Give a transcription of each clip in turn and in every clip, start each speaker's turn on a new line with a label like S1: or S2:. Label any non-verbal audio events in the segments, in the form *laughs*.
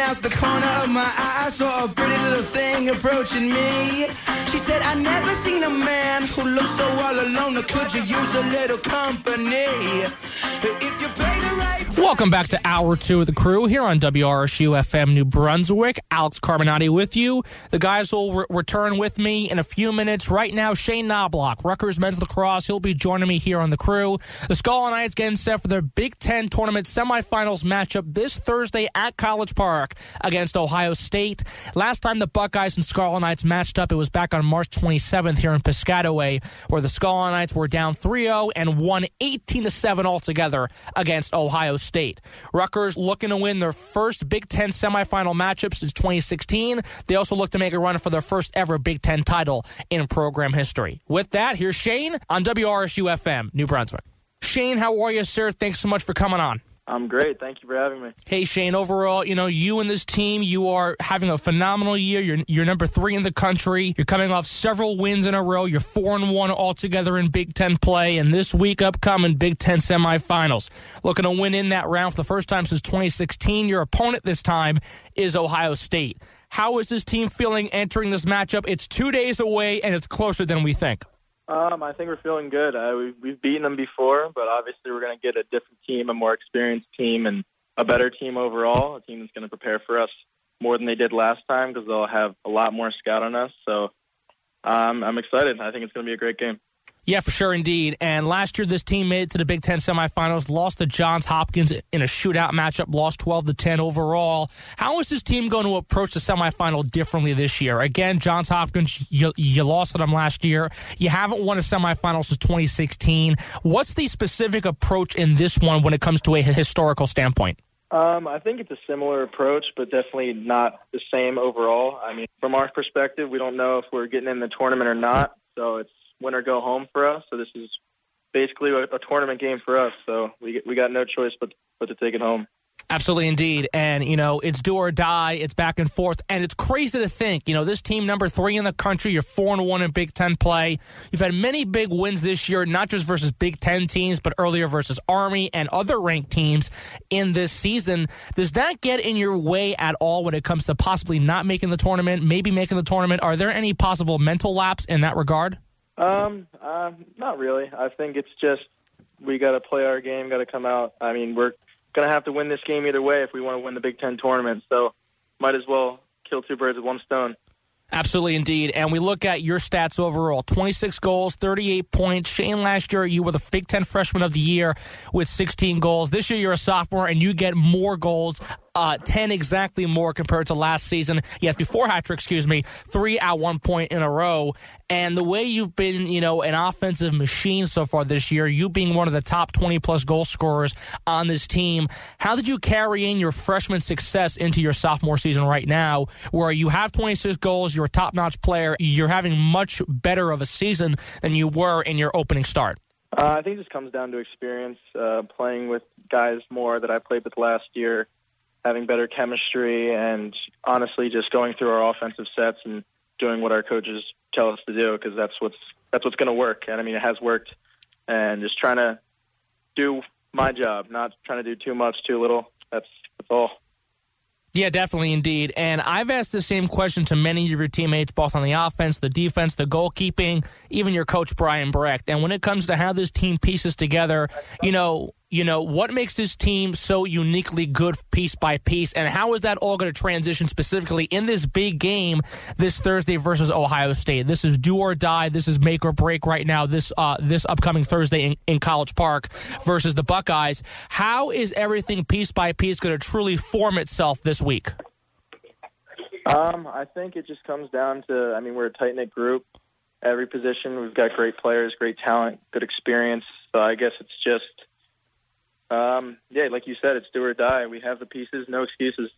S1: out the corner of my eye, I saw a pretty little thing approaching me. She said, I never seen a man who looks so all alone. Or could you use a little company? If you pay the right
S2: Welcome back to Hour Two of the Crew here on WRSU FM New Brunswick. Alex Carbonati with you. The guys will re- return with me in a few minutes. Right now, Shane Knobloch, Rutgers men's lacrosse, he'll be joining me here on the crew. The Skull and Knights getting set for their Big Ten tournament semifinals matchup this Thursday at College Park against Ohio State. Last time the Buckeyes and Scarlet Knights matched up, it was back on March 27th here in Piscataway, where the Scarlet Knights were down 3-0 and won 18-7 altogether against Ohio State. Rutgers looking to win their first Big Ten semifinal matchup since 2016. They also look to make a run for their first ever Big Ten title in program history. With that, here's Shane on WRSU FM, New Brunswick. Shane, how are you, sir? Thanks so much for coming on.
S3: I'm great. Thank you for having me.
S2: Hey Shane, overall, you know, you and this team, you are having a phenomenal year. You're you're number three in the country. You're coming off several wins in a row. You're four and one altogether in Big Ten play, and this week upcoming Big Ten semifinals. Looking to win in that round for the first time since 2016. Your opponent this time is Ohio State. How is this team feeling entering this matchup? It's two days away and it's closer than we think.
S3: Um, I think we're feeling good. Uh, we've, we've beaten them before, but obviously we're going to get a different team, a more experienced team, and a better team overall. A team that's going to prepare for us more than they did last time because they'll have a lot more scout on us. So um, I'm excited. I think it's going to be a great game.
S2: Yeah, for sure, indeed. And last year, this team made it to the Big Ten semifinals, lost to Johns Hopkins in a shootout matchup, lost 12 to 10 overall. How is this team going to approach the semifinal differently this year? Again, Johns Hopkins, you, you lost to them last year. You haven't won a semifinal since 2016. What's the specific approach in this one when it comes to a hi- historical standpoint?
S3: Um, I think it's a similar approach, but definitely not the same overall. I mean, from our perspective, we don't know if we're getting in the tournament or not. So it's win or go home for us. So this is basically a, a tournament game for us. So we we got no choice but but to take it home.
S2: Absolutely, indeed. And, you know, it's do or die, it's back and forth. And it's crazy to think, you know, this team, number three in the country, you're four and one in Big Ten play. You've had many big wins this year, not just versus Big Ten teams, but earlier versus Army and other ranked teams in this season. Does that get in your way at all when it comes to possibly not making the tournament, maybe making the tournament? Are there any possible mental laps in that regard?
S3: Um, uh, not really. I think it's just we got to play our game, got to come out. I mean, we're gonna have to win this game either way if we want to win the Big Ten tournament. So might as well kill two birds with one stone.
S2: Absolutely, indeed. And we look at your stats overall 26 goals, 38 points. Shane, last year you were the Big Ten freshman of the year with 16 goals. This year you're a sophomore and you get more goals, uh, 10 exactly more compared to last season. Yeah, through four hat tricks, excuse me, three at one point in a row. And the way you've been, you know, an offensive machine so far this year, you being one of the top 20 plus goal scorers on this team, how did you carry in your freshman success into your sophomore season right now, where you have 26 goals, you're a top notch player, you're having much better of a season than you were in your opening start?
S3: Uh, I think it just comes down to experience, uh, playing with guys more that I played with last year, having better chemistry, and honestly, just going through our offensive sets and doing what our coaches tell us to do because that's what's that's what's going to work. And I mean, it has worked, and just trying to do my job, not trying to do too much, too little. That's that's all.
S2: Yeah, definitely, indeed. And I've asked the same question to many of your teammates, both on the offense, the defense, the goalkeeping, even your coach Brian Brecht. And when it comes to how this team pieces together, you know, you know what makes this team so uniquely good piece by piece, and how is that all going to transition specifically in this big game this Thursday versus Ohio State? This is do or die. This is make or break right now. This uh, this upcoming Thursday in, in College Park versus the Buckeyes. How is everything piece by piece going to truly form itself this week?
S3: Um, I think it just comes down to I mean we're a tight knit group. Every position we've got great players, great talent, good experience. So I guess it's just um, yeah, like you said, it's do or die. We have the pieces, no excuses.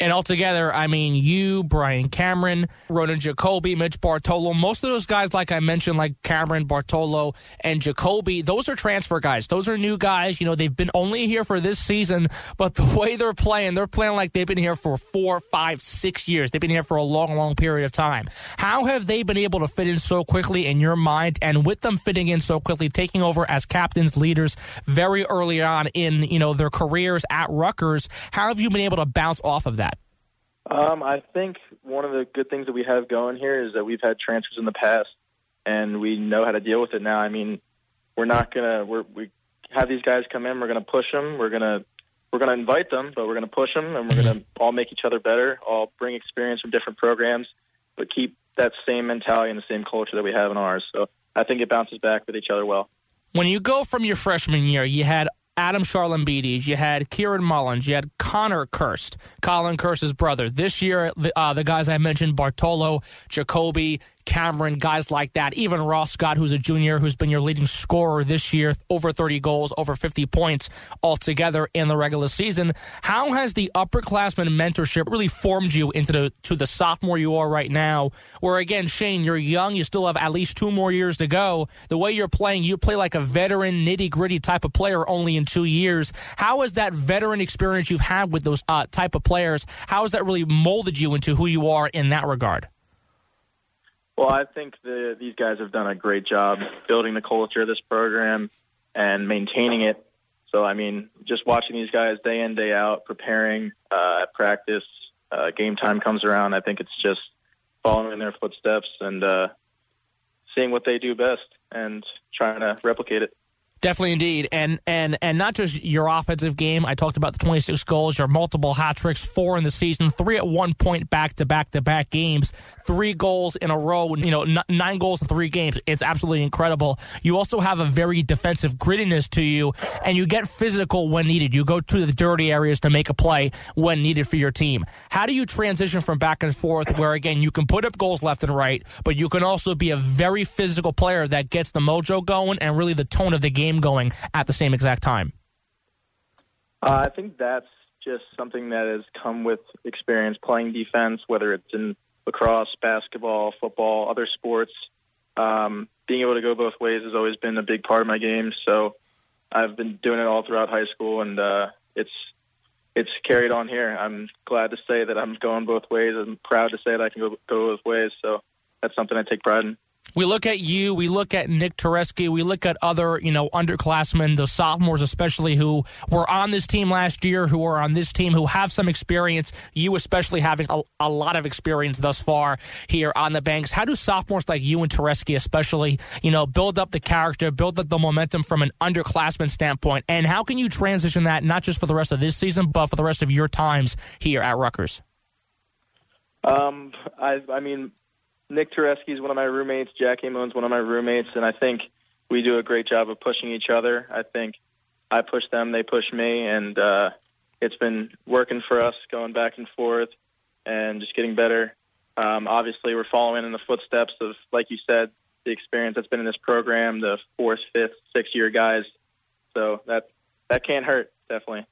S2: And altogether, I mean, you, Brian Cameron, Ronan Jacoby, Mitch Bartolo, most of those guys, like I mentioned, like Cameron, Bartolo, and Jacoby, those are transfer guys. Those are new guys. You know, they've been only here for this season, but the *laughs* way they're playing, they're playing like they've been here for four, five, six years. They've been here for a long, long period of time. How have they been able to fit in so quickly in your mind? And with them fitting in so quickly, taking over as captains, leaders very early on in, you know, their careers at Rutgers, how have you been able to bounce off of that?
S3: Um, I think one of the good things that we have going here is that we've had transfers in the past, and we know how to deal with it now. I mean, we're not gonna we're, we have these guys come in. We're gonna push them. We're gonna we're gonna invite them, but we're gonna push them, and we're gonna all make each other better. All bring experience from different programs, but keep that same mentality and the same culture that we have in ours. So I think it bounces back with each other well.
S2: When you go from your freshman year, you had Adam Charlambides, you had Kieran Mullins, you had Connor Kirst, Colin Kirst's brother. This year, the, uh, the guys I mentioned, Bartolo, Jacoby, Cameron, guys like that, even Ross Scott, who's a junior, who's been your leading scorer this year, over 30 goals, over 50 points altogether in the regular season. How has the upperclassman mentorship really formed you into the, to the sophomore you are right now? Where again, Shane, you're young, you still have at least two more years to go. The way you're playing, you play like a veteran, nitty gritty type of player only in two years. How has that veteran experience you've had with those uh, type of players? How has that really molded you into who you are in that regard?
S3: Well, I think the, these guys have done a great job building the culture of this program and maintaining it. So, I mean, just watching these guys day in, day out, preparing uh, at practice, uh, game time comes around, I think it's just following in their footsteps and uh, seeing what they do best and trying to replicate it.
S2: Definitely, indeed, and and and not just your offensive game. I talked about the 26 goals, your multiple hat tricks, four in the season, three at one point back to back to back games, three goals in a row. You know, n- nine goals in three games. It's absolutely incredible. You also have a very defensive grittiness to you, and you get physical when needed. You go to the dirty areas to make a play when needed for your team. How do you transition from back and forth, where again you can put up goals left and right, but you can also be a very physical player that gets the mojo going and really the tone of the game going at the same exact time?
S3: Uh, I think that's just something that has come with experience playing defense, whether it's in lacrosse, basketball, football, other sports. Um, being able to go both ways has always been a big part of my game. So I've been doing it all throughout high school, and uh, it's it's carried on here. I'm glad to say that I'm going both ways. I'm proud to say that I can go, go both ways. So that's something I take pride in
S2: we look at you, we look at Nick Tereski, we look at other, you know, underclassmen, the sophomores especially who were on this team last year, who are on this team, who have some experience, you especially having a, a lot of experience thus far here on the banks. How do sophomores like you and Tereski especially, you know, build up the character, build up the momentum from an underclassman standpoint? And how can you transition that not just for the rest of this season, but for the rest of your times here at Rutgers?
S3: Um, I, I mean, Nick Tureski is one of my roommates. Jack Amon's one of my roommates, and I think we do a great job of pushing each other. I think I push them, they push me, and uh, it's been working for us, going back and forth, and just getting better. Um, obviously, we're following in the footsteps of, like you said, the experience that's been in this program, the fourth, fifth, sixth year guys. So that that can't hurt, definitely.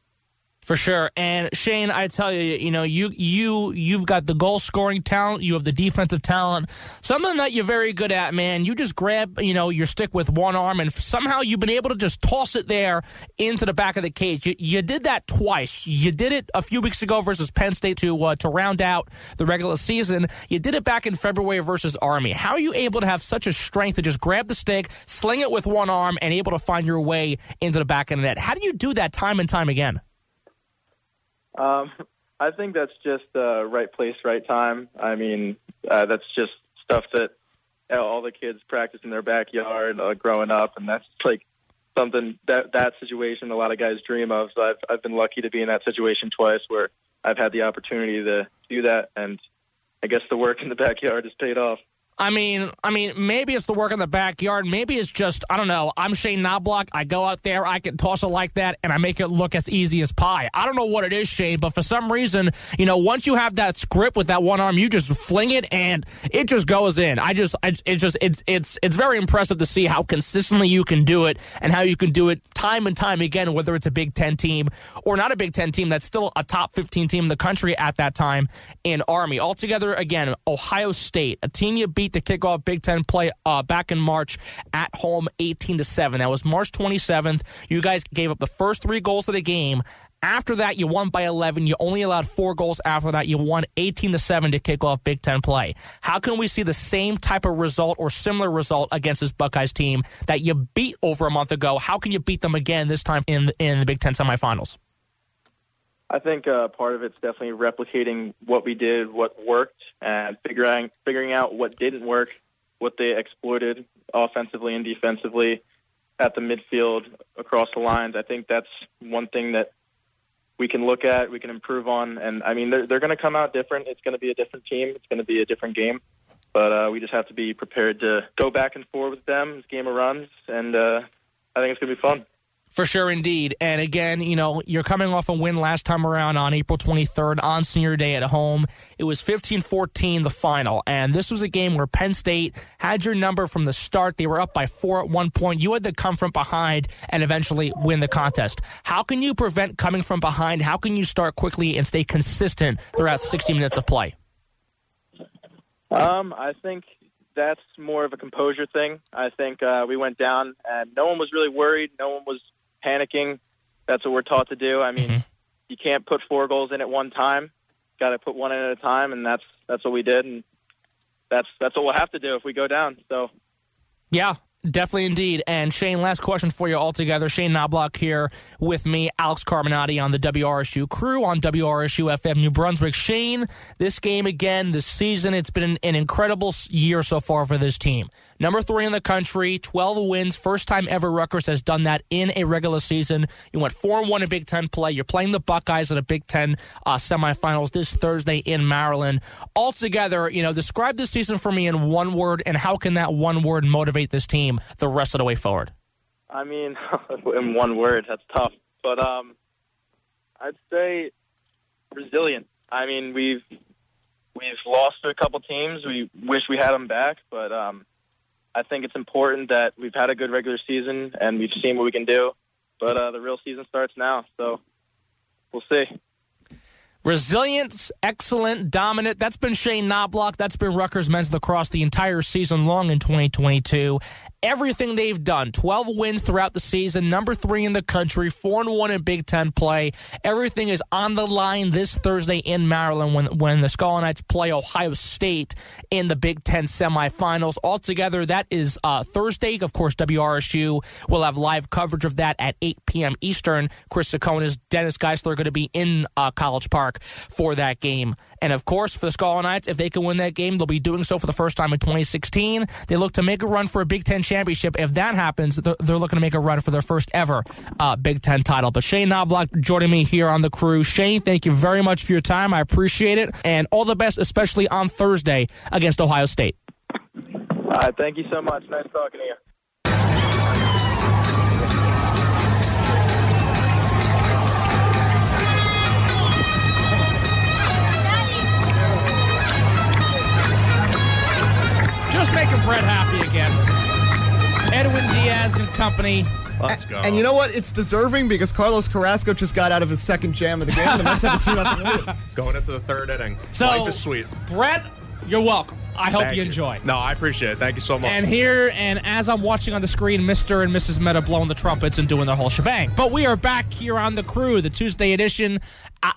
S2: For sure. And Shane, I tell you, you know, you you you've got the goal scoring talent, you have the defensive talent. Something that you're very good at, man. You just grab, you know, your stick with one arm and somehow you've been able to just toss it there into the back of the cage. You, you did that twice. You did it a few weeks ago versus Penn State to uh, to round out the regular season. You did it back in February versus Army. How are you able to have such a strength to just grab the stick, sling it with one arm and able to find your way into the back of the net? How do you do that time and time again?
S3: Um, I think that's just uh, right place, right time. I mean, uh, that's just stuff that you know, all the kids practice in their backyard uh, growing up, and that's like something that that situation a lot of guys dream of. So I've I've been lucky to be in that situation twice where I've had the opportunity to do that, and I guess the work in the backyard has paid off.
S2: I mean, I mean, maybe it's the work in the backyard. Maybe it's just I don't know. I'm Shane Knobloch. I go out there, I can toss it like that, and I make it look as easy as pie. I don't know what it is, Shane, but for some reason, you know, once you have that script with that one arm, you just fling it and it just goes in. I just, I, it just, it's, it's, it's very impressive to see how consistently you can do it and how you can do it time and time again, whether it's a Big Ten team or not a Big Ten team that's still a top 15 team in the country at that time in Army. Altogether, again, Ohio State, a team you beat to kick off Big Ten play uh, back in March at home, eighteen to seven. That was March twenty seventh. You guys gave up the first three goals of the game. After that, you won by eleven. You only allowed four goals. After that, you won eighteen to seven to kick off Big Ten play. How can we see the same type of result or similar result against this Buckeyes team that you beat over a month ago? How can you beat them again this time in in the Big Ten semifinals?
S3: I think uh, part of it's definitely replicating what we did, what worked, and figuring figuring out what didn't work, what they exploited offensively and defensively at the midfield across the lines. I think that's one thing that we can look at, we can improve on, and I mean they're they're going to come out different. It's going to be a different team. It's going to be a different game, but uh, we just have to be prepared to go back and forth with them as game of runs, and uh, I think it's going to be fun.
S2: For sure, indeed. And again, you know, you're coming off a win last time around on April 23rd on senior day at home. It was 15 14, the final. And this was a game where Penn State had your number from the start. They were up by four at one point. You had to come from behind and eventually win the contest. How can you prevent coming from behind? How can you start quickly and stay consistent throughout 60 minutes of play?
S3: Um, I think that's more of a composure thing. I think uh, we went down and no one was really worried. No one was panicking. That's what we're taught to do. I mean,
S2: Mhm.
S3: you can't put four goals in at one time. Got to put one in at a time, and that's that's what we did, and that's that's what we'll have to do if we go down. So
S2: Yeah, definitely indeed. And Shane, last question for you altogether. Shane Knobloch here with me, Alex Carbonati on the WRSU crew on WRSU FM New Brunswick. Shane, this game again, this season, it's been an, an incredible s- year so far for this team. Number three in the country, 12 wins, first time ever Rutgers has done that in a regular season. You went 4 1 in Big Ten play. You're playing the Buckeyes in a Big Ten uh, semifinals this Thursday in Maryland. Altogether, you know, describe this season for me in one word, and how can that one word motivate this team the rest of the way forward?
S3: I mean, *laughs* in one word, that's tough. But um, I'd say resilient. I mean, we've we've lost to a couple teams. We wish we had them back, but um, I think it's important that we've had a good regular season and we've seen what we can do. But uh, the real season starts now, so we'll see.
S2: Resilience, excellent, dominant. That's been Shane Knobloch. That's been Rutgers men's lacrosse the entire season long in 2022. Everything they've done 12 wins throughout the season, number three in the country, 4 and 1 in Big Ten play. Everything is on the line this Thursday in Maryland when, when the Scarlet Knights play Ohio State in the Big Ten semifinals. Altogether, that is uh, Thursday. Of course, WRSU will have live coverage of that at 8 p.m. Eastern. Chris Sakonis, Dennis Geisler are going to be in uh, College Park for that game. And of course, for the Scarlet Knights, if they can win that game, they'll be doing so for the first time in 2016. They look to make a run for a Big Ten championship. If that happens, they're, they're looking to make a run for their first ever uh, Big Ten title. But Shane Knobloch joining me here on the crew. Shane, thank you very much for your time. I appreciate it. And all the best, especially on Thursday against Ohio State.
S3: All right, thank you so much. Nice talking to you.
S2: Just making Brett happy again. Edwin Diaz and company.
S4: Let's go.
S5: And you know what? It's deserving because Carlos Carrasco just got out of his second jam of the game. The Mets have a 2 nothing lead.
S4: *laughs* going into the third inning.
S2: So-
S4: Life is sweet.
S2: Brett, you're welcome. I hope
S4: Thank
S2: you enjoy.
S4: No, I appreciate it. Thank you so much.
S2: And here, and as I'm watching on the screen, Mr. and Mrs. Meta blowing the trumpets and doing their whole shebang. But we are back here on the crew, the Tuesday edition. A-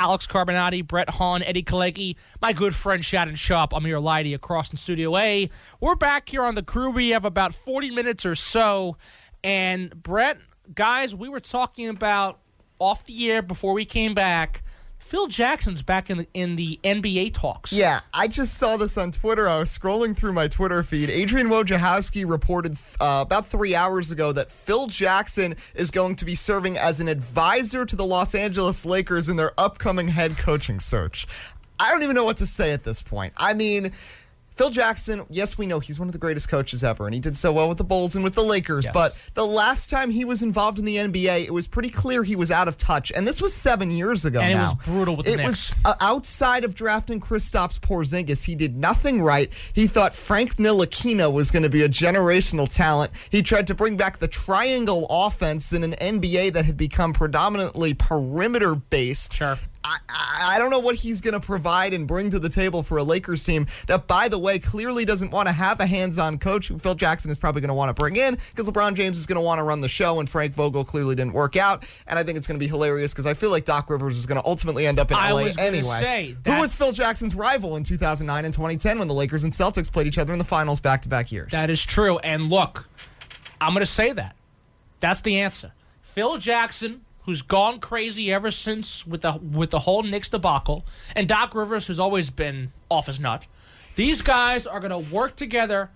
S2: Alex Carbonati, Brett Hahn, Eddie Kalegi, my good friend Shadon Shop, Amir Lighty across in Studio A. We're back here on the crew. We have about 40 minutes or so. And Brett, guys, we were talking about off the air before we came back. Phil Jackson's back in the, in the NBA talks.
S5: Yeah, I just saw this on Twitter. I was scrolling through my Twitter feed. Adrian Wojciechowski reported uh, about three hours ago that Phil Jackson is going to be serving as an advisor to the Los Angeles Lakers in their upcoming head coaching search. I don't even know what to say at this point. I mean, Phil Jackson, yes, we know he's one of the greatest coaches ever, and he did so well with the Bulls and with the Lakers. But the last time he was involved in the NBA, it was pretty clear he was out of touch, and this was seven years ago.
S2: And it
S5: now.
S2: was brutal with the
S5: it
S2: Knicks.
S5: was uh, outside of drafting Kristaps Porzingis, he did nothing right. He thought Frank Ntilikina was going to be a generational talent. He tried to bring back the triangle offense in an NBA that had become predominantly perimeter based.
S2: Sure.
S5: I, I I don't know what he's going to provide and bring to the table for a Lakers team that, by the way, clearly doesn't want to have a hands on coach who Phil Jackson is probably going to want to bring in because LeBron James is going to want to run the show, and Frank Vogel clearly didn't work out. And I think it's going to be hilarious because I feel like Doc Rivers is going to ultimately end up in
S2: I
S5: LA
S2: was gonna
S5: anyway.
S2: say,
S5: who
S2: that's-
S5: was Phil Jackson's rival in 2009 and 2010 when the Lakers and Celtics played each other in the finals back to back years?
S2: That is true. And look, I'm going to say that. That's the answer. Phil Jackson, who's gone crazy ever since with the with the whole Knicks debacle, and Doc Rivers, who's always been off his nut. These guys are going to work together.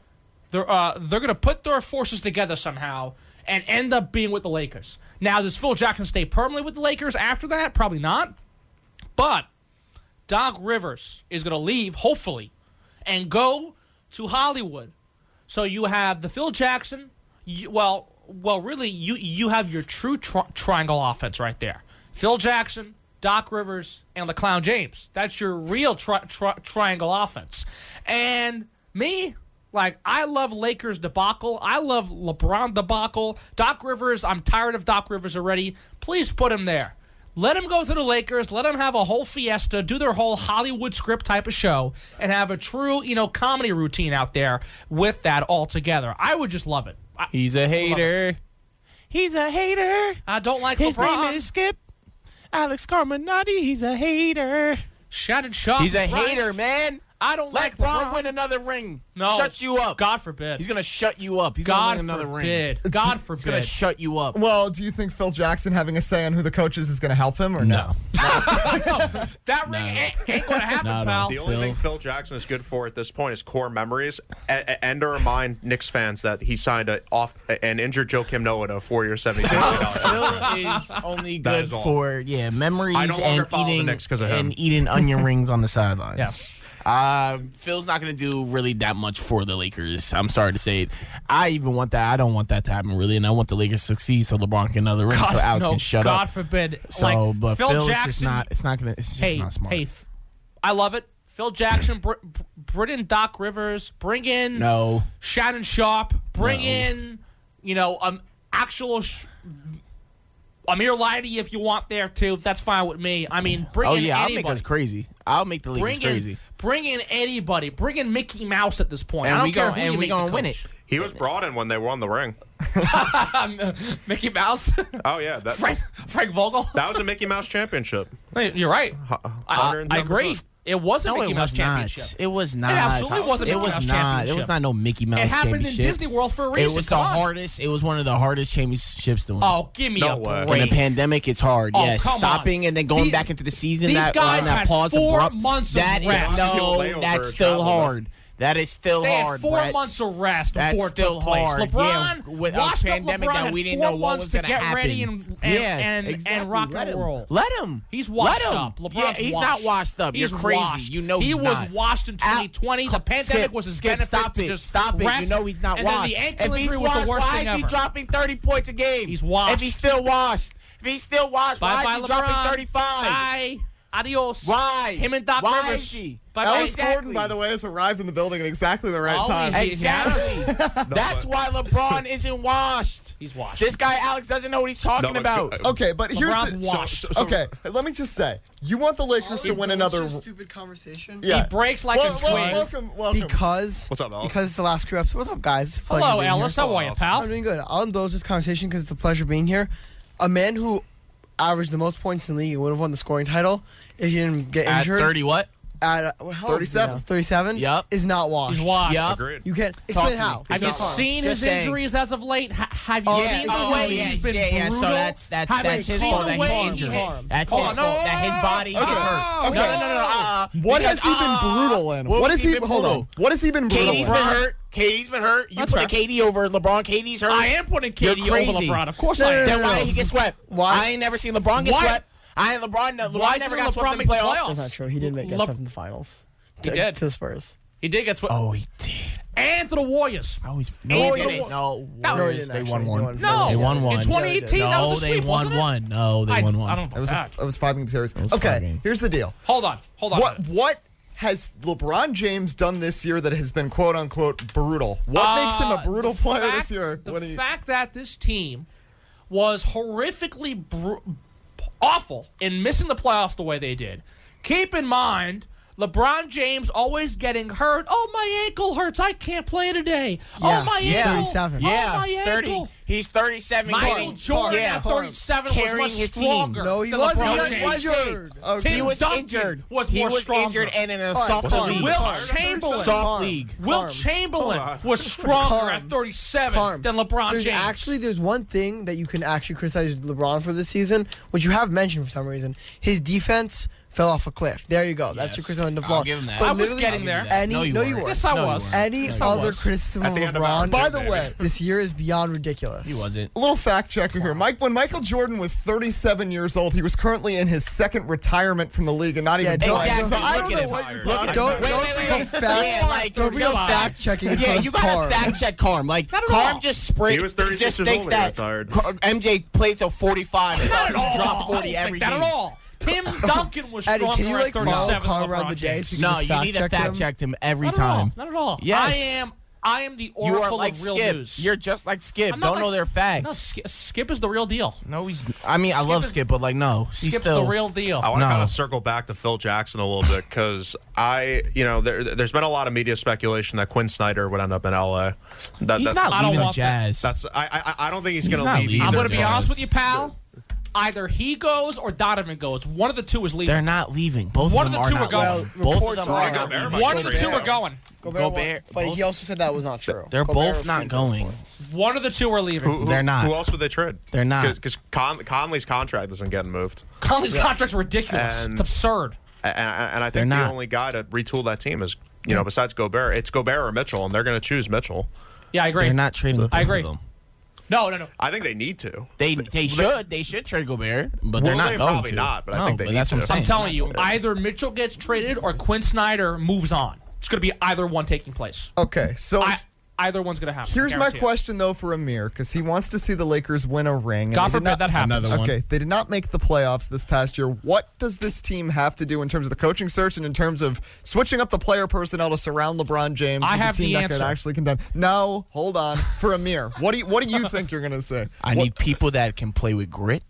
S2: They're uh, they're going to put their forces together somehow and end up being with the Lakers. Now, does Phil Jackson stay permanently with the Lakers after that? Probably not. But Doc Rivers is going to leave, hopefully, and go to Hollywood. So you have the Phil Jackson. You, well, well, really, you you have your true tri- triangle offense right there. Phil Jackson, Doc Rivers, and the Clown James. That's your real tri- tri- triangle offense. And me, like, I love Lakers debacle. I love LeBron debacle. Doc Rivers, I'm tired of Doc Rivers already. Please put him there. Let them go to the Lakers. Let them have a whole fiesta, do their whole Hollywood script type of show, and have a true, you know, comedy routine out there with that all together. I would just love it. I,
S6: He's a hater. He's a hater.
S2: I don't like
S6: His
S2: LeBron.
S6: name is Skip. Alex Carminati. He's a hater.
S2: Shannon Sharp.
S6: He's a
S2: right?
S6: hater, man.
S2: I don't
S6: Let
S2: like
S6: Braun
S2: LeBron.
S6: win another ring.
S2: No,
S6: Shut you up.
S2: God forbid.
S6: He's gonna shut you up. He's
S2: God
S6: gonna win another ring.
S2: forbid. God forbid.
S6: *laughs* He's gonna shut you up.
S5: Well, do you think Phil Jackson having a say on who the coach is is going to help him or no?
S2: that ring ain't, ain't gonna happen,
S6: Not at
S2: pal.
S6: all.
S4: The only
S6: Phil.
S4: thing Phil Jackson is good for at this point is core memories A- a- and to remind Knicks fans that he signed a off an injured Joe Kim Noah to a four year seventy six million dollars.
S6: Phil
S4: *laughs*
S6: is only
S4: That
S6: good
S4: is all.
S6: for yeah memories
S4: I no longer
S6: and
S4: follow the
S6: eating
S4: Knicks 'cause of him.
S6: and
S4: *laughs*
S6: eating onion rings on the sidelines.
S2: Yeah.
S6: Uh, Phil's not going to do really that much for the Lakers. I'm sorry to say it. I even want that. I don't want that to happen really, and I want the Lakers to succeed so LeBron can another ring,
S2: God,
S6: so Alex
S2: no,
S6: can shut
S2: God
S6: up.
S2: forbid.
S6: So,
S2: like,
S6: but
S2: Phil
S6: Phil's
S2: Jackson
S6: just not. It's not going to. It's just
S2: hey,
S6: not smart.
S2: hey, f- I love it. Phil Jackson, br- br- bring in Doc Rivers, bring in
S6: no.
S2: Shannon Sharp, bring
S6: No.
S2: in, you know, um, actual sh- Amir Lighty if you want there too. That's fine with me. I mean, bring
S6: Oh
S2: in
S6: yeah, I'll
S2: anybody.
S6: make us crazy. I'll make the Lakers
S2: bring
S6: crazy.
S2: in, bring in anybody. Bring in Mickey Mouse at this point.
S6: And
S2: I don't
S6: we
S2: care
S6: gon-
S2: who
S6: and
S2: you
S6: we
S2: make the
S6: gonna win
S2: coach.
S4: He was brought in when they won the ring.
S2: Um, *laughs* Mickey Mouse,
S4: Oh yeah, that
S2: Frank Frank Vogel. *laughs*
S4: that was a Mickey Mouse championship.
S2: Wait, You're right. I, I
S4: 110%.
S2: agree. It was a Mickey
S6: it
S2: Mouse
S6: was not.
S2: championship.
S6: It was not.
S2: absolutely wasn't
S6: It
S2: Mickey
S6: was
S2: Mouse
S6: not. It was
S2: championship.
S6: not no Mickey Mouse.
S2: It happened in
S6: championship.
S2: Disney World for a reason.
S6: It was the
S2: Come on.
S6: hardest. It was one of the hardest championships to win.
S2: Oh, give me
S4: No
S2: a
S4: way.
S2: break.
S6: in the pandemic, it's hard.
S2: Oh,
S6: yes,
S2: come on.
S6: stopping and then going
S2: The-
S6: back into the season.
S2: these
S6: that,
S2: guys
S6: that
S2: had
S6: pause
S2: four
S6: abrupt,
S2: months of
S6: That is
S2: rest.
S6: no.
S4: Still
S6: That's
S4: layover
S6: still
S4: travel,
S6: hard. That is still
S2: They had
S6: hard.
S2: four
S6: Brett.
S2: months of rest
S6: That's
S2: before it
S6: still
S2: took place.
S6: hard.
S2: LeBron
S6: Yeah, with a
S2: washed
S6: pandemic
S2: up LeBron
S6: that we
S2: had
S6: didn't
S2: four
S6: know what
S2: months
S6: was
S2: to
S6: gonna
S2: get
S6: happen.
S2: ready and, and,
S6: Yeah,
S2: and,
S6: exactly.
S2: and rock
S6: Let
S2: and
S6: him.
S2: roll.
S6: Let him.
S2: He's
S6: Let
S2: washed
S6: him.
S2: up. LeBron's
S6: yeah, he's
S2: washed.
S6: not washed up.
S2: He's
S6: You're crazy.
S2: washed.
S6: You know
S2: he
S6: he's
S2: was
S6: not.
S2: washed in 2020. the
S6: Out-
S2: pandemic
S6: Skip,
S2: was his
S6: Skip,
S2: benefit
S6: stop
S2: to
S6: it.
S2: just
S6: stop
S2: rest.
S6: it. You know he's not
S2: and
S6: washed.
S2: Then the ankle
S6: if he's
S2: injury
S6: washed,
S2: was the worst
S6: why
S2: thing
S6: is he
S2: ever.
S6: dropping 30 points a game?
S2: He's washed.
S6: If he's still washed. If he's still washed,
S2: Bye
S6: why
S2: bye
S6: is he
S2: LeBron.
S6: dropping 35?
S2: Bye. Adios.
S6: Why?
S2: Him and Doc
S6: Why
S2: Rivers.
S6: is he?
S2: Bye bye.
S5: Ellis Gordon, by the way, has arrived in the building at exactly the right
S2: All
S5: time.
S2: he-
S6: Exactly. That's
S4: but-
S6: why LeBron isn't washed.
S2: He's washed.
S6: This guy Alex doesn't know what he's talking
S4: No,
S6: about.
S4: but-
S5: Okay, but here's
S2: LeBron's
S5: the
S2: washed.
S4: So- so-
S5: *laughs* okay. Let me just say, you want the Lakers to win another.
S7: stupid conversation.
S5: Yeah.
S2: He breaks like
S5: Wel-
S2: a
S5: wel-
S2: twig.
S5: Welcome, welcome.
S7: Because
S4: What's up, Ellis?
S7: Because it's the last crew episode. What's up, guys? It's a pleasure
S2: Hello,
S7: being here.
S2: Ellis. How are you,
S7: I'm
S2: pal?
S7: doing good. I'll indulge this conversation because it's a pleasure being here. A man who averaged the most points in the league and would have won the scoring title if he didn't get
S6: At
S7: injured.
S6: 30 what?
S7: At uh, what, how old is he
S5: 37.
S7: now? 37.
S6: Yup.
S7: Is not washed.
S2: He's washed.
S6: Yeah.
S4: Agreed.
S7: You can't
S6: to
S7: explain
S6: me.
S7: how.
S6: He's
S2: Have you
S6: Just saying.
S2: seen
S6: Just
S2: his
S6: saying.
S2: injuries as of late? H- have you
S6: yeah.
S2: seen
S6: Oh,
S2: the way
S6: yeah,
S2: he's been
S6: yeah, yeah. So
S2: brutal?
S6: that's- that's-
S2: have
S6: that's
S2: you
S6: his
S2: seen
S6: fault
S2: the
S6: that he's
S2: way he
S6: injured.
S2: harmed?
S6: That's
S2: Hold
S6: his
S2: on.
S6: fault that his body gets hurt.
S5: Okay.
S6: No, no, no, no. Uh,
S5: What has he been
S6: uh,
S5: brutal in?
S6: what
S5: What
S6: has
S5: has
S6: he
S5: he?
S6: been
S5: Hold
S6: brutal?
S5: on. What has he been brutal
S6: Katie's
S5: in?
S6: been hurt. Katie's been hurt. You
S2: That's
S6: put a
S2: right.
S6: Katie over LeBron. Katie's hurt.
S2: I am putting KD
S6: You're
S2: over
S6: crazy.
S2: LeBron. Of course
S7: No,
S2: I
S7: no,
S2: am.
S7: no,
S6: Then why did he get swept?
S7: Why?
S6: I ain't never seen LeBron get
S2: Why?
S6: swept. I ain't LeBron. No, LeBron
S2: Why
S6: never
S2: did
S6: got swept
S2: LeBron
S6: in the
S2: make
S6: playoffs.
S2: playoffs?
S7: That's not true. He didn't make get
S2: Le-
S7: swept in the finals.
S2: He
S7: To-
S2: did.
S7: To the Spurs.
S2: He did get swept.
S6: Oh, he did.
S2: And to the Warriors.
S6: Oh, he's
S2: No,
S6: he
S2: they
S6: didn't.
S2: won.
S6: No,
S2: No, they
S6: Warriors,
S7: didn't
S6: they
S7: actually.
S6: won
S7: They
S6: one.
S7: won.
S2: No.
S6: they won one.
S2: In 2018,
S6: no,
S2: that was a
S6: they
S2: sweep,
S6: won
S2: wasn't it?
S6: one. No, they
S2: I,
S6: won one.
S2: I don't know
S5: It was,
S2: about
S5: a,
S2: that.
S5: it was five game series.
S6: was
S5: Okay,
S6: five game.
S5: here's the deal.
S2: Hold on. Hold on.
S5: What what has LeBron James done this year that has been quote unquote brutal? What makes him a
S2: Uh,
S5: brutal
S2: the
S5: player
S2: fact-
S5: this year?
S2: The
S5: when he-
S2: fact that this team was horrifically br- awful in missing the playoffs the way they did. Keep in mind. LeBron James always getting hurt. Oh, my ankle hurts. I can't play today.
S7: Yeah,
S2: oh, my
S7: he's
S2: ankle.
S7: 37.
S2: Oh,
S6: Yeah,
S2: my
S6: he's 30.
S2: ankle.
S6: He's 37.
S2: Michael
S6: getting-
S2: Jordan
S6: yeah.
S2: at 37 was
S6: Carrying
S2: much
S6: your team.
S2: stronger.
S7: No, Oh, he
S2: than LeBron
S7: wasn't. He was
S2: James.
S7: injured.
S2: Tim
S6: He was
S2: Duncan
S6: injured.
S2: was
S6: he
S2: more
S6: was
S2: stronger.
S6: injured and in a soft
S7: Carm.
S6: league.
S2: Will Chamberlain.
S6: Soft league.
S2: Will Chamberlain was
S7: *laughs*
S2: stronger
S7: Carm.
S2: at 37
S7: Carm,
S2: than LeBron
S7: there's
S2: James.
S7: Actually, there's one thing that you can actually criticize LeBron for this season, which you have mentioned for some reason. His defense fell off a cliff. There you go. That's your criticism of LeBron.
S6: I'll give him that.
S7: But
S2: I was
S7: literally
S2: getting there.
S7: Any, no, you weren't.
S2: Yes, I
S6: No, you
S2: was.
S6: weren't.
S7: Any
S6: Yes, I
S7: other
S6: was.
S7: criticism
S4: At
S7: of
S4: the end of
S7: LeBron,
S4: Mountain
S5: By
S4: Dew,
S5: the
S4: baby.
S5: way,
S7: this year is beyond ridiculous.
S6: He wasn't.
S5: A little fact checker here. Mike, when Michael Jordan was 37 years old, he was currently in his second retirement from the league and not
S7: Yeah,
S5: even
S7: don't-
S5: playing.
S7: Exactly.
S5: So I don't
S6: Look
S5: know
S6: at him.
S5: what you're
S6: Look at
S5: talking
S6: him.
S7: Don't,
S6: Wait,
S7: don't
S6: wait,
S7: be
S6: wait.
S7: a fact.
S6: Yeah, like,
S7: don't be a
S6: come on.
S7: fact checking.
S6: Yeah, you gotta fact check Carm. Like
S2: Not at all.
S6: Carm just sprayed.
S4: He was 36
S6: just
S4: years
S6: thinks
S4: old when he
S6: that
S4: retired.
S6: Car- MJ played till 45. and
S2: Not at all.
S6: Dropped
S2: I
S6: 40
S2: don't
S6: every
S2: think that at
S6: game.
S2: all.
S6: *laughs*
S2: Tim Duncan was
S7: Eddie,
S2: stronger
S7: can you
S2: at
S7: like follow
S2: 37
S7: Carm
S2: than
S7: around
S2: LeBron
S7: the day?
S2: James.
S7: So
S6: No,
S7: you,
S6: you need to fact
S7: check.
S6: check him every
S2: Not at all.
S6: time.
S2: Not at all.
S6: Yes.
S2: I am. I am the
S6: You
S2: oracle
S6: are like
S2: of real
S6: Skip.
S2: news.
S6: You're just like Skip.
S2: I'm not
S6: Don't
S2: like-
S6: know their facts.
S2: no, Skip, Skip is the real deal.
S6: No, he's. I mean, I love
S2: is-
S6: Skip, but like, no, he's
S2: Skip's
S6: still
S2: the real deal.
S4: I want to
S6: No.
S4: kind of circle back to Phil Jackson a little bit because I, you know, there, there's been a lot of media speculation that Quinn Snyder would end up in LA. That,
S6: He's
S4: that-
S6: not
S2: I don't
S6: leaving the
S2: want that.
S6: Jazz.
S4: That's I, I. I don't think he's,
S6: He's
S4: going
S6: not
S4: to leave.
S6: leaving.
S4: either,
S2: I'm going to be
S4: Josh.
S2: honest with you, pal. Either he goes or Donovan goes. One of the two is
S6: They're
S2: leaving.
S6: not leaving. Both
S2: One of
S6: of them
S2: the two
S6: are
S2: are
S6: not
S2: going.
S6: leaving. Both
S7: Reports
S6: of them
S7: are
S6: are
S7: out.
S6: not leaving.
S2: One of the two are going.
S6: Gobert won, but
S7: But he also said that was not true.
S6: They're both not going.
S2: One of the two are leaving.
S4: Who-
S6: They're not.
S4: Who else would they trade?
S6: They're not.
S4: Because Con- Conley's contract isn't getting moved,
S2: Conley's contract's ridiculous.
S4: And-
S2: it's absurd.
S4: A- and, and, I
S6: They're
S4: think the
S6: not.
S4: only guy to retool that team is, you know, besides Gobert, it's Gobert or Mitchell, and they're going to choose Mitchell.
S2: Yeah, I agree.
S6: They're not trading. Both
S2: I agree.
S6: Of them.
S2: No, no, no.
S4: I think they need to.
S6: They they should they should trade Gobert, but they're
S4: Well,
S6: not
S4: they
S6: going
S4: probably
S6: to.
S4: not, but I
S6: No,
S4: think they need
S6: that's what
S4: to.
S6: I'm
S2: I'm
S6: saying.
S2: telling you, either Mitchell gets traded or Quinn Snyder moves on. It's going to be either one taking place.
S5: Okay, so
S2: I, either one's going to happen.
S5: Oh, here's my
S2: guarantee it.
S5: question though for Amir because he wants to see the Lakers win a ring. and
S2: God
S5: they did
S2: forbid
S5: not-
S2: that happens.
S6: Another one.
S5: Okay, they did not make the playoffs this past year. What does this team have to do in terms of the coaching search and in terms of switching up the player personnel to surround LeBron James?
S2: I
S5: with
S2: have
S5: a team
S2: the
S5: that
S2: answer.
S5: could actually contend. No, hold on. For Amir, what do you, what do you think you're gonna say?
S6: I
S5: What-
S6: need people that can play with grit.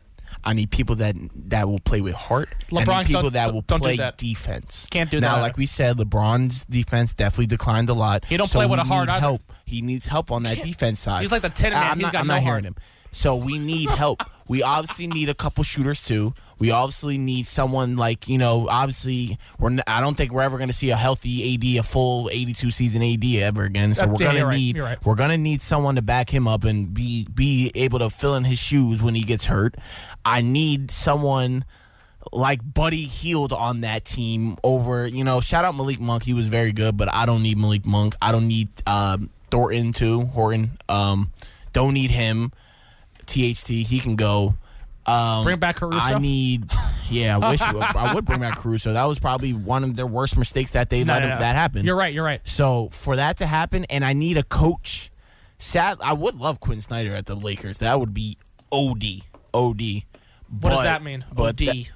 S6: I need people that that will play with heart. I
S2: LeBron,
S6: need people
S2: don't-
S6: that will
S2: don't do
S6: play
S2: that.
S6: defense.
S2: Can't do
S6: now,
S2: that.
S6: like we said, LeBron's defense definitely declined a lot.
S2: He don't
S6: so
S2: play with
S6: we
S2: a heart
S6: need
S2: either.
S6: help. He needs help on that defense side.
S2: He's like the Tin
S6: I-
S2: Man.
S6: I'm
S2: He's
S6: not,
S2: got
S6: I'm
S2: no
S6: not
S2: heart.
S6: hearing him. So we need help. we obviously need a couple shooters too. We obviously need someone like you know. Obviously, we're. N- I don't think we're ever going to see a healthy AD, a full 82 season AD ever again. So
S2: That's-
S6: we're
S2: yeah,
S6: going
S2: you're
S6: to
S2: right.
S6: need
S2: You're right.
S6: we're gonna need someone to back him up and be be able to fill in his shoes when he gets hurt. I need someone like Buddy Healed on that team over, you know, shout out Malik Monk. He was very good, but I don't need Malik Monk. I don't need um, Thornton too, Horton. Um, don't need him. THT, he can go. Um,
S2: Bring back Caruso?
S6: I need, yeah, I wish I would bring back Caruso. That was probably one of their worst mistakes that they let
S2: no,
S6: him-
S2: no.
S6: that happened.
S2: You're right. You're right.
S6: So for that to happen, and I need a coach. Sad, I would love Quinn Snyder at the Lakers. That would be od od.
S2: What does that mean? OD.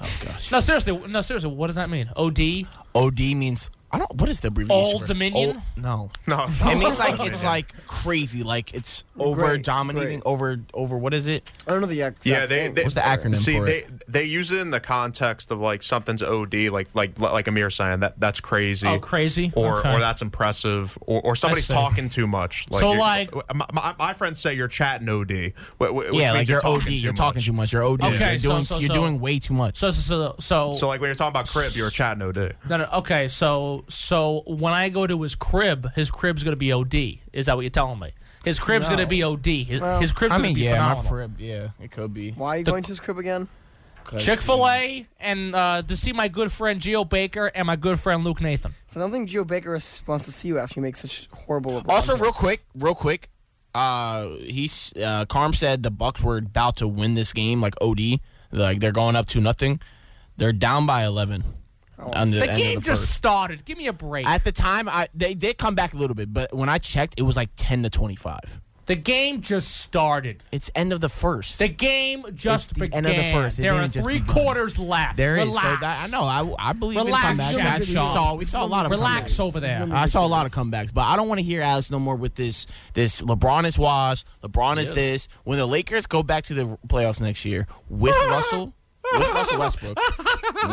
S6: oh,
S2: No, seriously. No, seriously. What does that mean? OD.
S6: od means I don't. What is the abbreviation?
S2: Old
S6: for-
S2: Dominion?
S6: Old- *laughs* no,
S4: No, it's
S6: It
S4: not.
S6: means
S2: Oh,
S6: like it's like crazy. Like it's over
S7: Great,
S6: dominating.
S7: great.
S6: Over over. What is it?
S7: I don't know the exact
S4: Yeah, they,
S7: thing.
S4: they
S6: What's the acronym
S4: See,
S6: for
S4: they
S6: it?
S4: they use it in the context of like something's OD, like like like Amir saying that that's crazy.
S2: Oh, crazy.
S4: Or
S2: Okay.
S4: or that's impressive. Or or somebody's
S2: see.
S4: talking too much.
S2: So,
S4: you're-
S2: like-
S4: my, my, my friends say you're chatting OD. wh- wh- Which means
S6: yeah, like
S4: you're
S6: you're
S4: talking
S6: od.
S4: Too
S6: You're
S4: much.
S6: talking too much. You're od.
S2: Okay,
S6: you're
S2: so-
S6: doing
S2: so-
S6: you're
S2: so-
S6: doing way too much.
S2: So, so, so,
S4: So like when you're talking about crib, you're chatting OD.
S2: No, no. Okay, so so when I go to his crib, his crib's gonna be OD. Is that what you're telling me? His crib's gonna be OD. His, his crib's
S6: I
S2: gonna
S6: mean,
S2: be
S6: yeah, my
S2: phenomenal.
S6: friend, yeah, it could be.
S7: Why are you going to his crib again?
S2: Chick Fil A and uh, to see my good friend Gio Baker and my good friend Luke Nathan.
S7: So I don't think Gio Baker is- wants to see you after you make such horrible. LeBron
S6: Also, real
S7: jokes.
S6: quick, real quick. Uh, he's uh, Carm said the Bucks were about to win this game, like OD, like they're going up to nothing. They're down by eleven. on
S2: The,
S6: end of
S2: game just
S6: first.
S2: started. Give me a break.
S6: At the time, I they did come back a little bit, but when I checked, it was like ten to twenty five.
S2: the game just started.
S6: It's end of the first.
S2: The game just
S6: the
S2: began.
S6: end of the first. It
S2: There are
S6: didn't just
S2: three
S6: begun.
S2: quarters left.
S6: there is
S2: Relax.
S6: so that I know I, I believe in
S2: Relax,
S6: comebacks.
S2: Jack
S6: I- we
S2: Shaw.
S6: saw we saw a lot of
S2: Relax
S6: comebacks.
S2: over there.
S6: I saw a lot of comebacks, but I don't want to hear Alex no more with this. This LeBron is wash. LeBron is this. When the Lakers go back to the playoffs next year with
S2: *laughs*
S6: Russell, with Russell Westbrook,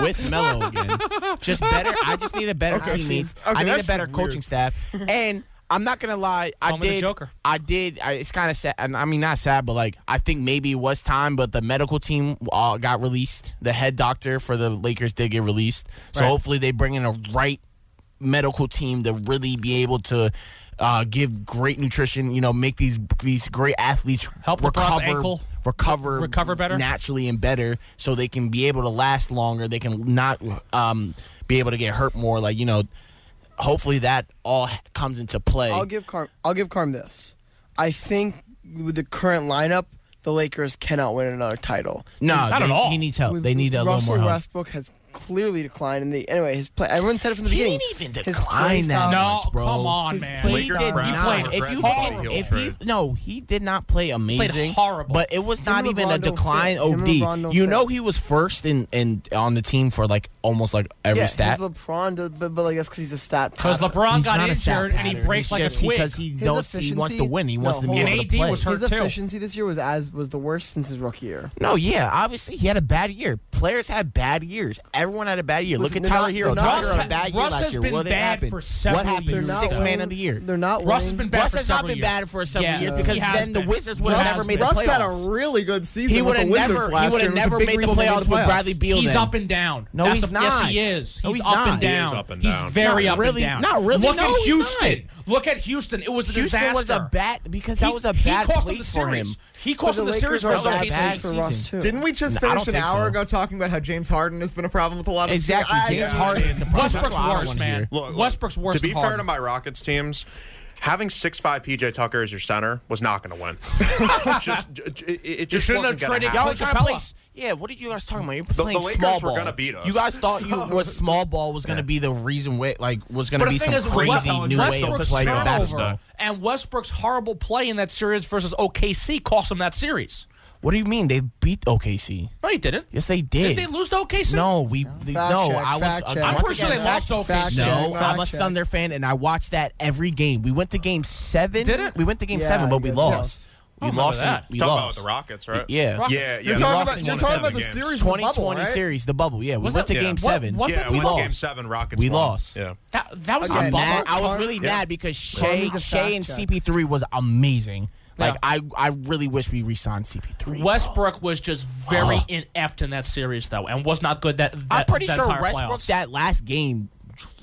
S6: with Melo again, just better. I just need a better teammates.
S5: okay,
S6: I need a
S5: that's
S6: better
S5: weird.
S6: coaching staff, and I'm not gonna lie. I
S2: Going with the
S6: did.
S2: Joker.
S6: I did. I, it's kind of sad. and I mean, not sad, but like I think maybe it was time. But the medical team uh, got released. The head doctor for the Lakers did get released. So
S2: Right.
S6: hopefully they bring in a right medical team to really be able to uh, give great nutrition. You know, make these these great athletes
S2: Help LeBron's
S6: recover,
S2: ankle
S6: recover,
S2: recover better.
S6: naturally and better, so they can be able to last longer. They can not um, be able to get hurt more. Like you know. Hopefully that all comes into play.
S7: I'll give Carm. I'll give Carm this. I think with the current lineup, the Lakers cannot win another title.
S6: No,
S2: Not
S6: they-
S2: at all.
S6: He needs help.
S7: With-
S6: they need a
S7: Russell
S6: little more help.
S7: Westbrook has clearly declined, and the anyway his play. Everyone said it from the
S6: He
S7: beginning.
S6: didn't even
S7: His play
S6: decline that
S7: style-
S2: No,
S6: much, bro.
S2: come on,
S7: His
S2: man.
S7: play
S6: He
S7: Lakers
S6: did
S7: Browns
S6: not.
S2: were
S6: If
S4: Brad
S6: you
S4: Brad
S6: look at-
S4: Hill
S6: if he,
S4: trade.
S6: no, he did not play amazing.
S2: horrible.
S6: But it was
S7: Him
S6: not
S7: and
S6: even
S7: LeBron
S6: a
S7: don't
S6: decline
S7: fit. Him and
S6: OD.
S7: LeBron don't
S6: You
S7: fit.
S6: know he was first in, in on the team for like almost like every
S7: yeah,
S6: stat.
S7: His LeBron, does, but, but like that's because he's a stat.
S2: because
S7: pattern.
S2: LeBron
S6: He's
S2: got
S6: not a stat
S2: injured and he
S6: pattern.
S2: breaks
S6: It's
S2: like a
S6: just
S2: twig.
S6: because he knows he wants to
S7: efficiency-
S6: win. He wants
S7: No,
S6: to be
S7: hold
S6: able
S7: on.
S6: to
S2: AD
S6: play.
S2: was hurt.
S7: his
S2: too.
S7: efficiency this year was as was the worst since his rookie year.
S6: No, yeah, obviously he had a bad year. Players had bad years. Everyone had a bad year.
S7: Listen,
S6: Look
S7: they're
S6: at Tyler
S7: not-
S6: Hero.
S7: they're not-
S6: Tyler had a bad year
S2: Russ
S6: last
S2: has
S6: year.
S2: been
S6: what
S2: bad
S6: happened?
S2: for several
S6: what happened?
S2: years.
S7: They're not
S6: Six man
S7: winning-
S6: of the year.
S7: They're not.
S2: Russ has
S7: winning.
S2: been bad
S6: Russ
S2: for
S6: has
S2: several
S6: not been
S2: years.
S6: bad for several
S2: Yeah,
S6: years
S2: he
S6: because
S2: has
S6: then the
S2: been.
S6: Wizards would have
S5: Russ,
S6: never made the
S5: Russ
S6: playoffs.
S5: had a really good season.
S6: he
S5: would have
S6: never,
S5: Last
S6: he would
S5: year
S6: have
S5: was a
S6: never
S5: big
S6: made the
S5: reason they made
S6: playoffs with Bradley Beal.
S2: He's
S6: then.
S2: up and down.
S6: No,
S2: That's
S6: he's
S2: a- Yes, he
S6: not.
S2: is.
S6: No,
S2: he's,
S6: he's
S2: up
S6: not.
S2: and
S6: He is
S2: down.
S4: up and down.
S2: He's very
S6: Not
S2: up
S6: really-
S2: and down.
S6: not really.
S2: Look
S6: No,
S2: at
S6: he's
S2: Houston. Look at Houston. It was a
S6: Houston
S2: disaster.
S6: was a bad because
S2: He-
S6: that was a
S2: he
S6: bad
S2: cost them
S6: place
S2: the
S6: for him.
S2: series. He
S7: But
S2: cost them the series
S7: Lakers
S2: for
S7: are
S2: his
S6: a
S2: own
S7: bad
S6: bad
S7: place
S2: cases.
S7: for
S6: season.
S7: Russ too.
S5: Didn't we just
S6: No, I
S5: finish
S6: don't
S5: an
S6: think
S5: hour
S6: so.
S5: ago talking about how James Harden has been a problem with a lot of
S6: Exactly.
S5: I-
S6: James
S5: I-
S6: Harden is the problem. That's
S2: Westbrook's
S6: what I
S2: worse,
S6: wanna
S2: man.
S6: hear.
S2: Westbrook's worse.
S4: To be
S2: than
S4: fair
S2: Harden.
S4: to my Rockets teams, having six five PJ Tucker as your center was not going to win. *laughs* just, j- j- it, it just
S2: shouldn't have
S4: wasn't gonna
S2: traded
S6: Y'all
S4: happen.
S6: were trying to
S2: Capella.
S6: play. s- Yeah, what are you guys talking about? You're
S4: the
S6: playing
S4: Lakers
S6: small
S4: were
S6: ball.
S4: gonna beat us.
S6: You guys thought you was small ball was gonna be the reason why, like, was gonna
S2: But
S6: be
S2: the thing
S6: some
S2: is,
S6: crazy
S2: West-
S6: new way of
S2: Westbrook's
S6: playing
S4: turnover.
S6: basketball.
S2: and Westbrook's horrible play in that series versus OKC cost him that series.
S6: What do you mean they beat OKC?
S2: No, he didn't.
S6: Yes, they
S2: Did
S6: did.
S2: they lose to OKC?
S6: No, we no.
S7: Fact check,
S6: I was.
S7: fact check.
S2: I'm pretty sure they
S7: Fact-
S2: lost to OKC.
S7: fact check,
S6: No,
S7: fact
S6: I'm a
S7: check.
S6: Thunder fan, and I watched that every game. We went to game seven.
S2: Did it?
S6: We went to game
S7: Yeah,
S6: seven, but we
S7: you guys
S6: lost.
S2: I
S6: We
S2: remember
S6: lost. in-
S2: that.
S6: We
S4: Talking about
S6: lost.
S4: the Rockets, right?
S6: Yeah.
S2: Rockets.
S4: Yeah, yeah.
S5: You're
S4: they lost
S5: talking about-
S4: in
S5: you're
S4: one of
S5: talking
S4: seven
S5: about the
S4: games.
S5: series with the bubble,
S6: 2020
S5: right?
S6: series, the bubble. Yeah, we
S2: Was
S6: went
S2: that-
S6: to game
S2: what-
S6: seven.
S2: what-
S4: Yeah,
S2: we
S4: it was
S2: lost.
S4: game seven. Rockets.
S6: We
S4: won.
S6: lost.
S4: Yeah.
S2: That, that was
S7: Again,
S2: a
S6: I'm
S2: bummer.
S6: mad. I was really mad because Shay,
S7: Carter-
S6: Shay, and
S7: Carter-
S6: CP3 was amazing. Like
S2: Yeah.
S6: I, I really wish we re-signed CP3.
S2: Westbrook was just very inept in that series, though, and was not good that. that
S6: I'm pretty
S2: that
S6: sure
S2: entire
S6: Westbrook
S2: playoffs.
S6: that last game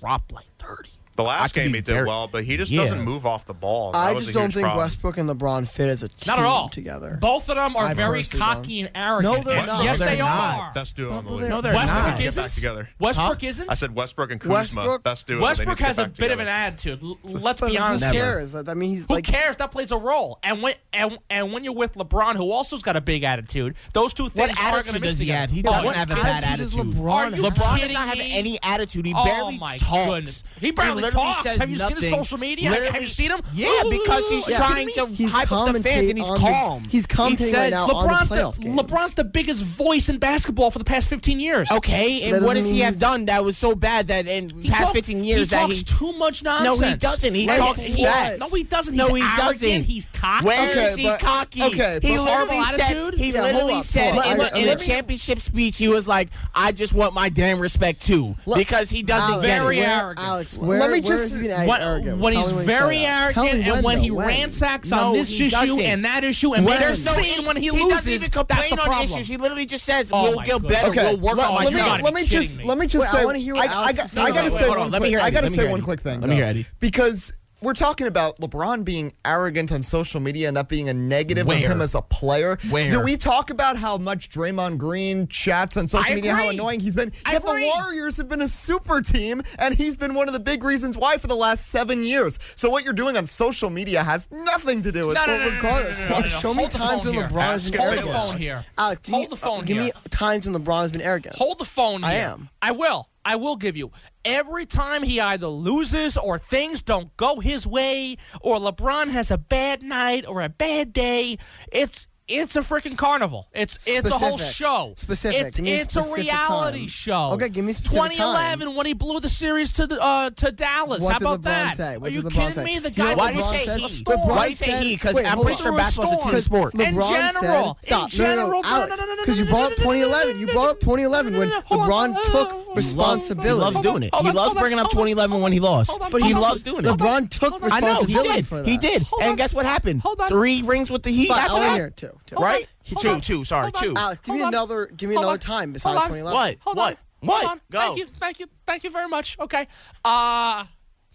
S6: dropped like 30.
S4: The
S6: I could
S4: last game
S6: be
S4: he did
S6: very-
S4: well, but he just
S6: Yeah.
S4: doesn't move off the ball.
S7: I
S4: That was
S7: just
S4: a
S7: don't
S4: huge
S7: think
S4: problem.
S7: Westbrook and LeBron fit as a team
S2: Not at all.
S7: together.
S2: Both of them are
S7: I
S2: very
S7: personally
S2: cocky and arrogant.
S7: No, they're
S2: And
S7: not.
S2: Yes,
S6: They're
S2: they
S6: not.
S2: are.
S4: Best duo in the league.
S6: No, they're
S2: Westbrook
S6: not.
S4: Get back
S2: isn't.
S4: together.
S2: Westbrook isn't.
S4: I said Westbrook and Kuzma.
S7: Westbrook-
S4: best duo. They need
S2: Westbrook
S4: to get
S2: has a
S4: back
S2: bit of an
S4: together.
S2: attitude. L- Let's
S7: But
S2: be honest.
S7: who
S2: here.
S7: cares? That- I mean, he's
S2: Who
S7: like
S2: cares? That plays a role. And when and and when you're with LeBron, who also's got a big attitude, those two things
S6: What
S2: are going to
S6: attitude
S2: mix
S6: does he
S2: together.
S6: have? He
S2: Oh,
S6: doesn't
S2: what-
S6: have a bad
S7: attitude does
S6: attitude.
S7: LeBron Are you have?
S6: LeBron does
S2: kidding
S6: not have
S2: me?
S6: any attitude. He
S2: Oh
S6: barely
S2: my
S6: talks.
S2: goodness. He barely
S6: literally
S2: talks.
S6: says
S2: Have you seen his
S6: nothing.
S2: social media? Have- have you
S6: Literally-
S2: seen him?
S6: Yeah, because he's
S2: Yeah.
S6: trying to
S7: He's
S6: hype up the fans and
S7: commentate
S6: he's
S7: on the-
S6: calm.
S7: he's commentating
S6: he
S7: right
S6: says,
S7: now on the
S2: LeBron's
S7: playoff games.
S2: LeBron's the biggest voice in basketball for the past 15 years.
S6: Okay,
S7: That
S6: and what
S7: doesn't
S6: does he
S7: mean
S6: have
S7: he's-
S6: done that was so bad that in
S2: He
S6: past
S2: talk-
S6: 15 years
S2: he
S6: that
S2: talks
S6: he
S2: too much
S6: No,
S2: nonsense.
S6: he doesn't. He
S2: Right.
S6: talks
S2: He-
S6: facts.
S2: No, he doesn't.
S6: No,
S2: He's
S6: he
S2: arrogant.
S6: doesn't.
S2: He's cocky.
S6: Where is
S7: Okay,
S6: he
S7: but-
S6: cocky?
S7: okay,
S6: he
S7: but
S6: literally
S2: horrible
S6: said.
S2: attitude?
S6: He
S7: Yeah, hold
S6: literally
S7: up,
S6: said
S7: hold up.
S6: in,
S7: I-
S6: the,
S7: I-
S6: in
S7: let
S6: the
S7: me-
S6: championship speech, he was like, "I just want my damn respect too," because he doesn't
S7: Alex,
S6: get it.
S2: Very
S7: where,
S2: arrogant.
S7: Alex, where,
S5: Let me
S7: where
S5: just-
S7: has he been
S2: When-
S7: arrogant?
S2: when
S7: Tell
S2: he's
S7: me when
S2: very
S7: said that. Tell
S2: arrogant
S7: me
S2: and when,
S7: though,
S2: he ransacks on
S6: No,
S2: this
S6: he
S2: issue
S6: doesn't.
S2: and that issue and
S7: When?
S2: there's no and when he, loses,
S6: doesn't even complain
S2: that's the
S6: on
S2: problem.
S6: issues. He literally just says,
S2: Oh
S6: "We'll
S2: my
S6: get
S2: goodness.
S6: better.
S2: Okay,
S6: We'll work
S5: let,
S6: on
S2: You
S5: let
S6: myself."
S5: me,
S2: gotta
S5: let
S2: be
S5: me
S2: kidding
S5: just
S2: me.
S5: let me just
S7: Wait, I
S5: say
S7: wanna hear what
S5: I,
S7: Alex
S5: I, got-
S7: is saying
S5: I gotta
S7: about
S5: say
S7: it.
S6: Hold
S5: one
S6: on, let me
S5: quick,
S6: hear
S5: I
S6: Eddie,
S5: gotta
S6: let me
S5: say
S6: hear
S5: one
S6: Eddie.
S5: quick thing.
S6: Let me hear
S5: though,
S6: Eddie.
S5: Because we're talking about LeBron being arrogant on social media and that being a negative
S6: Where?
S5: of him as a player.
S6: Where?
S5: Do we talk about how much Draymond Green chats on social
S6: I
S5: media, how
S6: agree.
S5: annoying he's been?
S6: I
S5: Yet the
S6: agree.
S5: Warriors have been a super team, and he's been one of the big reasons why for the last seven years. So what you're doing on social media has nothing to do with
S2: No, no, no, no, no,
S7: regardless,
S2: no, no, no, no.
S7: show me
S2: Hold the
S7: times
S2: phone
S7: when
S2: here.
S7: LeBron has been
S2: Hold
S7: arrogant.
S2: the phone here.
S7: Alex, do you,
S2: Hold the phone
S7: give me
S2: here.
S7: times when LeBron has been arrogant.
S2: Hold the phone.
S7: I
S2: here.
S7: am.
S2: I will. I will give you. Every time he either loses or things don't go his way or LeBron has a bad night or a bad day, it's it's a freaking carnival. It's it's a whole
S7: Specific.
S2: show.
S7: Specific.
S2: It's,
S7: Give me a
S2: it's a
S7: specific
S2: reality
S7: time.
S2: show.
S7: Okay, give me a specific
S2: 2011 when he blew the series to the, uh, to Dallas.
S7: What
S2: How
S7: did
S2: about
S7: LeBron
S2: that?
S7: say? What
S2: Are
S7: did
S2: you
S7: LeBron
S2: kidding
S7: say?
S2: me? The
S7: You
S2: guy
S7: know
S6: Why
S7: LeBron
S6: do you say
S7: said-
S6: he?
S2: a storm.
S6: Why do you
S7: LeBron
S6: say
S7: said-
S6: he? Because
S7: wait,
S6: I'm
S7: hold
S6: pretty
S7: on.
S6: sure basketball's a
S2: Storm.
S6: team sport.
S2: In
S7: LeBron
S2: general, in
S7: said, stop. No, no, no,
S2: general, no, no,
S7: Alex,
S2: no, no, no,
S7: because you
S2: no, no,
S7: brought up
S2: no, no, no,
S7: 2011. You brought up 2011 when
S2: no, no, hold on, hold
S7: LeBron
S2: on, hold on, hold
S7: took
S2: on.
S6: He
S7: responsibility.
S6: loves doing it.
S2: Hold
S6: He
S2: on,
S6: loves
S2: hold on,
S6: bringing up
S2: hold on,
S6: 2011 when he lost.
S2: hold on,
S6: But he
S2: hold on.
S6: loves doing it.
S2: Hold on,
S7: LeBron took
S2: hold on.
S6: I know he
S7: responsibility
S6: did.
S7: for that.
S6: He did.
S2: Hold on.
S6: And guess what happened?
S2: Hold on.
S6: Three rings with the Heat.
S7: Fine,
S6: after
S7: I'll
S6: that.
S7: hear it too. too.
S2: Hold on,
S6: Right?
S2: hold
S6: Two,
S2: on,
S6: two, sorry,
S2: hold on.
S6: two.
S7: Alex, give me
S2: Hold on,
S7: another. Give me
S2: hold
S7: another
S2: on,
S7: time besides
S2: hold on,
S7: 2011.
S6: What?
S2: Hold
S6: What?
S2: on.
S6: What?
S2: Hold on.
S6: Go.
S2: Thank you. Thank you. Thank you very much. Okay. Uh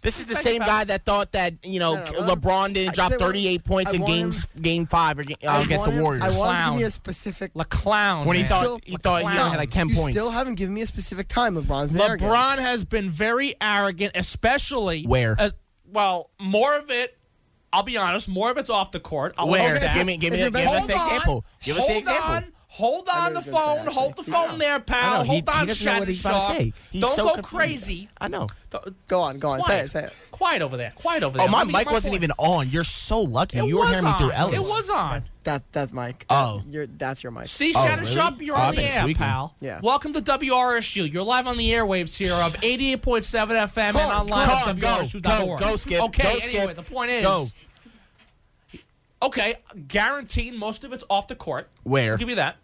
S6: This is the
S2: Think
S6: same
S2: about
S6: guy that thought that you know
S7: No, no, no.
S6: LeBron didn't
S7: I
S6: drop
S7: said what-
S6: 38 points
S7: I
S6: in
S7: want
S6: game game five or ga- uh,
S7: I
S6: against
S7: want
S6: the
S7: him-
S6: Warriors.
S7: I want him to give me
S2: Clown.
S7: a specific.
S2: La Clown.
S6: when he
S2: man.
S6: thought
S7: Still-
S6: he thought he
S2: Clown.
S6: had like 10
S7: you
S6: points.
S7: still haven't given me a specific time. LeBron's been arrogant.
S2: LeBron has been very arrogant, especially
S6: Where?
S2: as- well, more of it. I'll be honest. More of it's off the court. I'll
S6: Where?
S2: admit that.
S6: Give me, give me,
S7: If
S6: give
S7: you're
S6: us
S2: Hold
S6: the
S2: on.
S6: example. Give us the
S2: Hold
S6: example.
S2: on. Hold on
S7: know
S2: the
S7: what he was gonna say,
S2: phone. Hold the
S7: actually.
S2: phone there,
S6: I
S2: pal.
S6: know,
S2: Hold
S6: he, he
S2: on,
S6: doesn't know what
S2: Shannon
S6: he's about
S2: Sharp.
S6: to say. He's
S2: Don't
S6: so
S2: go
S6: confused.
S2: crazy.
S6: I know.
S7: Go on, go on. Say it, say it.
S2: Quiet over there. Quiet over there.
S6: Oh, my
S2: Let me get
S6: mic wasn't
S2: point.
S6: even on. You're so lucky.
S2: It
S6: you were
S2: was
S6: hearing me through
S2: on.
S6: Ellis.
S2: It was on.
S7: That that's Mike. That,
S6: Oh.
S7: you're, that's your mic.
S2: See,
S6: Oh,
S2: Shannon
S6: really?
S2: Sharp, you're
S6: Oh, I've
S2: on the
S6: been
S2: air,
S6: tweaking.
S2: pal.
S7: Yeah.
S2: Welcome to WRSU. You're live on the airwaves here of 88.7 FM and
S6: Carm,
S2: online at
S6: Carm, go,
S2: WRSU.org.
S6: go, go, Skip,
S2: Okay,
S6: go,
S2: anyway,
S6: Skip,
S2: the point is.
S6: go.
S2: Okay, guaranteed most of it's off the court.
S6: Where?
S2: I'll give you that.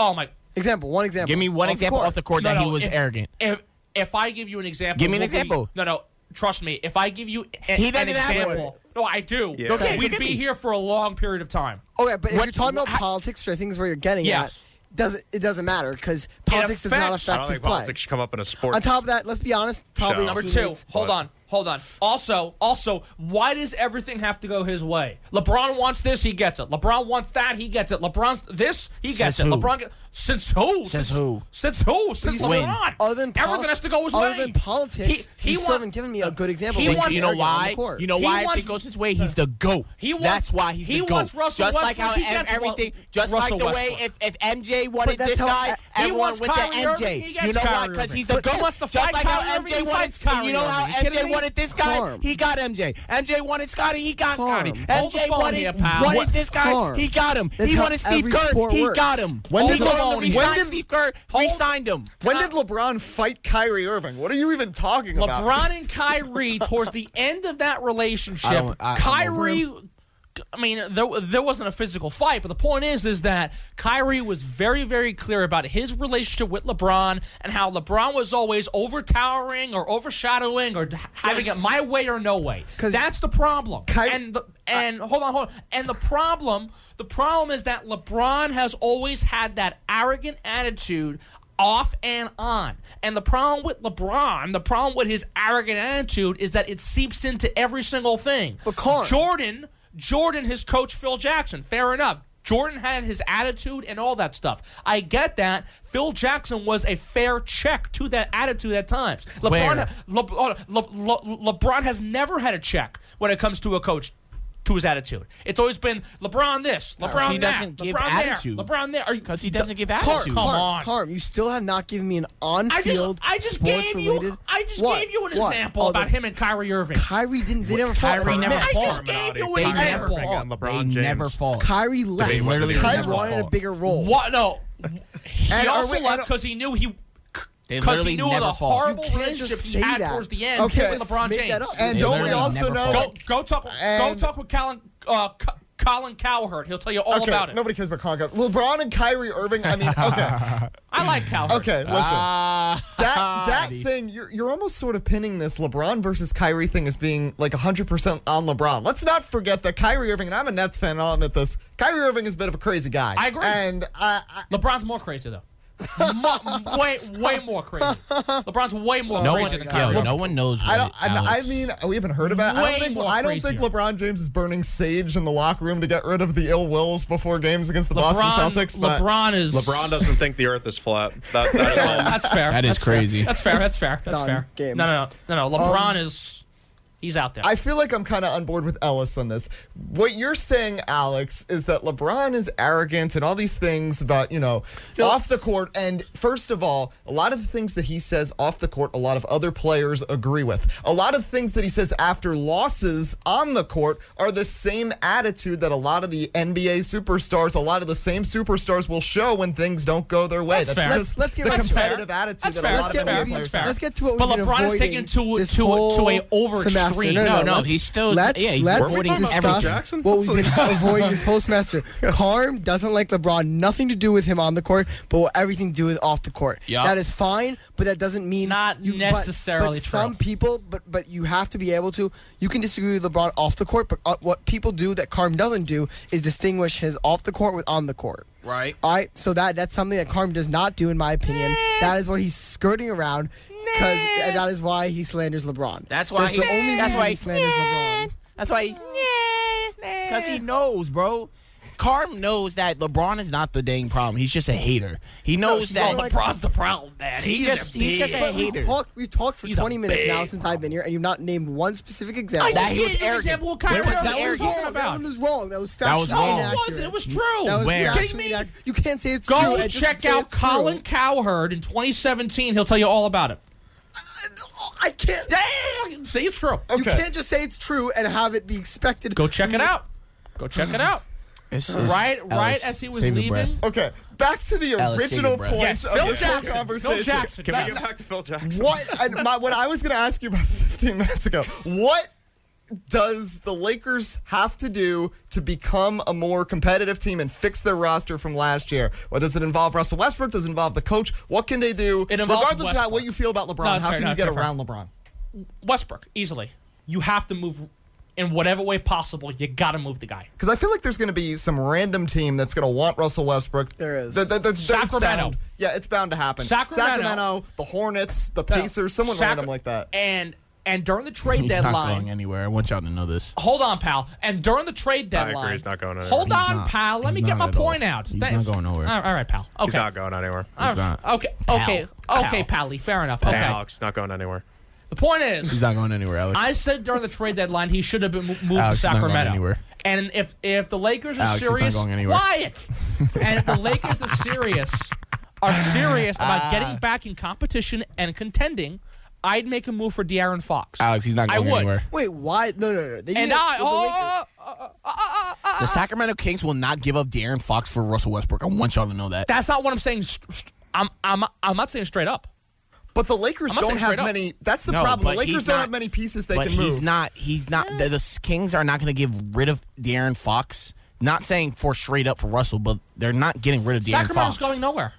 S2: Oh, my.
S7: Example. One example.
S6: Give me one
S7: Off the
S6: example
S7: court.
S6: off the court
S2: no,
S6: that
S2: no,
S6: he was
S2: if-
S6: arrogant.
S2: If, if I give you an example.
S6: Give me an
S2: we'll be-
S6: example.
S2: no, no. Trust me. If I give you a,
S6: He
S2: an
S6: doesn't have one.
S2: example. No, I do.
S4: Yeah.
S6: Okay,
S2: We'd
S6: give
S2: be
S6: me.
S2: here for a long period of time.
S7: Okay, Oh, but if
S6: What-
S7: you're talking about
S6: how-
S7: politics, which I think is where you're getting
S2: Yes.
S7: at, doesn't it doesn't matter because politics does not
S2: affects-
S4: I
S7: affect
S4: don't
S7: his
S4: think
S7: play.
S4: politics should come up in a sports.
S7: On top of that, let's be honest. Probably
S4: Shout out.
S2: Number
S7: his
S2: two,
S7: teammates-
S2: hold
S4: But-
S2: on, hold on. Also, also, why does everything have to go his way? LeBron wants this, he gets it. LeBron wants that, he gets it. LeBron's this, he gets
S6: Since
S2: it.
S6: who?
S2: LeBron get, since who?
S6: Since who?
S2: Since who? Since
S6: When?
S2: LeBron.
S7: Other than poli-
S2: everything has to go his
S7: other
S2: way.
S7: than politics, you still haven't given me a good example
S2: He
S7: of
S2: wants,
S6: you know
S7: arrogant on the
S6: why?
S7: court.
S6: You know
S2: He
S6: why? if
S2: wants-
S6: it goes his way, he's the goat.
S2: He wants-
S6: that's why he's
S2: he
S6: the goat.
S2: wants Russell
S6: just like how
S2: Westbrook, he
S6: ev-
S2: gets
S6: everything,
S2: Ru-
S6: just
S2: Russell
S6: like the way
S2: Westbrook.
S6: if, if MJ wanted
S7: that's
S6: this
S7: how-
S6: guy,
S7: he
S6: everyone
S2: wants
S6: went to
S2: Kyrie Irving, he
S6: MJ.
S2: gets
S6: You know why?
S2: Kyrie
S6: Because he's
S2: Irving.
S6: the
S2: But
S6: goat.
S2: he wants to
S6: Just
S2: fight
S6: like how
S2: Kyrie Irving, he
S6: MJ
S2: fights
S6: wanted.
S2: Kyrie
S6: You know how
S2: Irving. You kidding
S6: MJ
S2: me?
S6: wanted this guy,
S7: Harm.
S6: he got MJ. MJ wanted Scotty, he got
S7: Harm.
S6: Scotty.
S2: Hold the
S6: MJ
S2: phone
S6: wanted
S2: here, pal.
S6: wanted
S2: What-
S6: this guy,
S7: Harm.
S6: he got him.
S7: That's
S6: He
S7: how
S6: wanted Steve
S7: every
S6: Kerr,
S7: sport
S6: he
S7: works.
S6: got him.
S7: When
S6: he
S7: did
S6: told him
S2: LeBron-
S6: to
S2: when
S6: resign
S2: did-
S6: Steve Kerr,
S2: Hold-
S6: re-signed him.
S5: When
S2: Uh,
S5: did LeBron fight Kyrie Irving? What are you even talking about?
S2: LeBron and Kyrie towards the end of
S7: *laughs*
S2: that relationship.
S6: I don't- I- I'm
S2: Kyrie. I mean, there, there wasn't a physical fight, but the point is, is that Kyrie was very, very clear about his relationship with LeBron and how LeBron was always overtowering or overshadowing or having it my way or no way.
S7: 'cause-
S2: That's the problem.
S5: Ky-
S2: and the, and hold on, hold on. And the problem, the problem is that LeBron has always had that arrogant attitude off and on. And the problem with LeBron, the problem with his arrogant attitude is that it seeps into every single thing.
S7: But Carm-
S2: Jordan, Jordan, his coach Phil Jackson, fair enough. Jordan had his attitude and all that stuff. I get that. Phil Jackson was a fair check to that attitude at times. LeBron,
S6: Where?
S2: Le, Le, Le, Le- LeBron has never had a check when it comes to a coach to his attitude. It's always been LeBron this, LeBron
S6: he
S2: that,
S6: doesn't give
S2: LeBron
S6: attitude.
S2: there, LeBron there. Are you-
S6: Because he doesn't give
S7: Carm,
S6: attitude.
S2: Come
S7: Carm,
S2: on.
S7: Carm, you still have not given me an
S2: I just,
S7: on-field.
S2: I just
S7: sports
S2: gave you,
S7: related-
S2: I just
S7: What?
S2: gave you an
S7: What?
S2: example
S7: Oh, the-
S2: about him and Kyrie Irving.
S7: Kyrie didn't. They never fought.
S6: Kyrie
S7: They
S6: never
S7: met.
S2: I
S6: fought.
S2: just gave you an
S4: They never
S2: example.
S4: fought. and LeBron
S6: They never
S4: James.
S6: fought.
S7: Kyrie left.
S4: Debate whether they
S7: Kyrie
S4: never
S7: wanted a
S6: fought.
S7: bigger role.
S2: What? No, he
S5: And are
S2: also
S5: we-
S2: left
S5: and-
S2: because he knew he.
S6: They
S2: Because
S6: literally
S2: he knew
S6: never
S2: the
S6: fought.
S2: horrible
S7: You can't
S2: relationship
S7: just
S2: he
S7: say
S2: had
S7: that.
S2: towards the end
S7: Okay,
S2: with
S7: let's
S2: LeBron
S7: make
S2: James.
S7: that up.
S5: And
S6: They
S5: don't we
S6: literally
S5: also
S6: never
S5: know
S6: fought.
S2: Go,
S5: that
S2: go talk. Go
S5: And-
S2: talk with Colin, uh, Co- Colin Cowherd. He'll tell you all
S5: okay,
S2: about it.
S5: nobody cares about Conker. LeBron and Kyrie Irving. I
S2: *laughs*
S5: mean, okay,
S2: I like Cowherd.
S5: okay. Listen,
S2: Ah, Uh,
S5: that that thing you're you're almost sort of pinning this LeBron versus Kyrie thing as being like 100 percent on LeBron. Let's not forget that Kyrie Irving and I'm a Nets fan. and I'll admit this. Kyrie Irving is a bit of a crazy guy.
S2: I agree.
S5: And I, I,
S2: LeBron's more crazy though. Mo- way, way more crazy. LeBron's way more
S6: No
S2: crazy
S6: one,
S2: than
S6: yo,
S2: Kyrie.
S6: no one knows.
S5: I don't.
S6: really,
S5: I, I
S6: Alex.
S5: mean, we haven't heard about. It. I
S2: Way
S5: don't think.
S2: more
S5: I don't think
S2: crazier.
S5: LeBron James is burning sage in the locker room to get rid of the ill wills before games against the
S2: LeBron,
S5: Boston Celtics. But
S2: LeBron is
S4: LeBron doesn't think the Earth is flat. That,
S2: *laughs*
S4: that is all.
S2: That's fair.
S6: That is
S2: That's fair.
S6: crazy.
S2: That's fair. That's fair. That's
S7: Done.
S2: fair.
S7: Game.
S2: No, no, no, no, no. LeBron is He's out there.
S5: I feel like I'm kind of on board with Ellis on this. What you're saying, Alex, is that LeBron is arrogant and all these things about, you know, off the court. And first of all, a lot of the things that he says off the court, a lot of other players agree with. A lot of things that he says after losses on the court are the same attitude that a lot of the NBA superstars, a lot of the same superstars will show when things don't go their way.
S2: That's fair.
S5: just
S7: Let's- let's get
S5: the
S7: rid of- That's
S5: competitive
S2: fair.
S5: attitude
S2: That's
S5: that
S2: fair.
S5: a lot
S7: Let's
S5: of
S7: get,
S5: NBA
S7: rid of-
S5: players
S2: fair.
S7: let's get to what
S2: But
S7: we've been
S2: LeBron is
S7: avoiding
S2: taken to-
S7: this
S2: to a- to a
S7: whole
S2: over
S7: semester.
S2: extreme.
S7: No, no,
S2: No, no,
S7: let's-
S6: he's still-
S7: Let's,
S6: yeah, he's
S7: let's
S6: avoiding
S7: discuss
S6: everything.
S4: Jackson?
S7: what we've been avoiding this whole semester. Carm doesn't like LeBron. Nothing to do with him on the court, but what everything to do with off the court.
S6: Yup.
S7: That is fine, but that doesn't mean
S2: Not
S7: you- but-
S2: necessarily
S7: But, some
S2: true.
S7: people, but but you have to be able to. You can disagree with LeBron off the court, but uh, what people do that Carm doesn't do is distinguish his off the court with on the court.
S6: Right.
S7: All right, so that that's something that Carm does not do, in my opinion. That is what he's skirting around, because that is why he slanders LeBron.
S6: That's why
S7: the
S6: he's-
S7: only
S6: that's
S7: reason
S6: why
S7: he
S6: he's-
S7: slanders LeBron.
S6: That's why
S2: Mm.
S6: he's because he knows, bro. Carm knows that LeBron is not the dang problem. He's just a hater. He knows
S2: Oh,
S6: that
S2: LeBron's the problem, man.
S6: He
S2: He's
S6: just-
S2: a
S6: he's just
S2: big-
S6: a hater.
S7: We've talked, we've talked for
S2: He's a
S7: 20 minutes
S2: big
S7: now since I've been here, and you've not named one specific
S2: I
S7: example.
S2: just
S6: he
S2: gave
S6: was
S2: an
S6: arrogant.
S2: example of
S6: There
S2: Kyrie
S6: was-
S2: Irving.
S6: that
S2: What are you
S6: was
S2: talking
S7: wrong. That
S2: about?
S7: one was wrong. That was factually
S6: That was wrong.
S2: It
S7: inaccurate.
S2: wasn't. It was true.
S7: That was
S6: Where?
S7: factually
S2: Kidding me?
S7: inaccurate. You can't say it's true.
S2: Go
S7: It doesn't
S2: check
S7: say
S2: out
S7: it's true.
S2: Colin Cowherd in 2017. He'll tell you all about it.
S7: I can't.
S2: See, it's true.
S7: You can't just say it's true and have it be expected.
S2: Go check it out. Go check it out.
S6: It's- it's-
S2: Right, right
S6: Ellis,
S2: as he was
S6: save your
S2: leaving.
S6: breath.
S5: Okay, back to the
S6: Alice, take a
S5: original
S6: breath.
S5: point
S2: Yes,
S5: of
S2: Phil
S5: this whole
S2: Jackson. Phil
S5: conversation.
S2: Jackson.
S4: Can we
S2: Yes.
S4: get back to Phil Jackson?
S5: What and my, what I was going to ask you about *laughs* 15 minutes ago. What does the Lakers have to do to become a more competitive team and fix their roster from last year? What does it involve? Russell Westbrook? Does it involve the coach? What can they do?
S2: It involves
S5: Regardless of how,
S2: Westbrook.
S5: what you feel about LeBron,
S2: that's
S5: how
S2: fair,
S5: can
S2: no,
S5: you
S2: that's
S5: get
S2: fair,
S5: around LeBron?
S2: Westbrook easily. You have to move in whatever way possible. You got to move the guy.
S5: Because I feel like there's going to be some random team that's going to want Russell Westbrook.
S7: There is.
S5: That- that- that's- that's
S2: Sacramento.
S5: bound- Yeah, it's bound to happen.
S2: Sacramento.
S5: the Hornets, the
S2: No. Eh.
S5: Pacers, someone
S2: Sacra-
S5: random like that.
S2: And and during the trade
S6: *laughs* He's
S2: deadline,
S6: not going anywhere. I want y'all to know this.
S2: hold on, pal. And during the trade
S4: I agree,
S2: deadline,
S4: he's not going anywhere.
S2: Hold
S6: He's
S2: on,
S6: not.
S2: pal. Let
S6: He's
S2: me get
S6: not
S2: my
S6: at all.
S2: point out.
S6: He's
S2: That-
S6: not going nowhere.
S2: All right, pal. Okay.
S4: He's not going anywhere.
S2: All right.
S6: not.
S2: Okay. Okay. Okay, Pally. Fair enough. Okay.
S4: Alex, not going anywhere.
S2: The point is,
S6: He's not going anywhere, Alex.
S2: I said during the trade deadline he should have been mo- moved
S6: Alex,
S2: to
S6: he's not going
S2: Sacramento.
S6: anywhere.
S2: And if if the Lakers are
S6: Alex, he's not
S2: serious,
S6: going anywhere.
S2: quiet. and if the Lakers are serious, are serious about
S6: Ah.
S2: getting back in competition and contending, I'd make a move for De'Aaron Fox.
S6: Alex, he's not
S2: I
S6: going
S2: would.
S6: anywhere.
S7: Wait, why? No, no, no. They
S2: And
S7: need-
S2: I
S7: the Lakers-
S2: oh, *laughs*
S6: The Sacramento Kings will not give up Darren Fox for Russell Westbrook. I want y'all to know that.
S2: that's not what I'm saying. st- st- I'm I'm I'm not saying straight up.
S5: But the Lakers
S2: I'm not
S5: don't
S2: saying
S5: have
S2: straight up.
S5: many. That's the
S6: No,
S5: problem.
S6: but
S5: The Lakers
S6: he's
S5: don't
S6: not-
S5: have many pieces they
S6: but
S5: can
S6: he's
S5: move.
S6: not. He's not. The, the Kings are not going to give rid of Darren Fox. Not saying for straight up for Russell, but they're not getting rid of Darren
S2: Sacramento's
S6: Fox.
S2: going nowhere.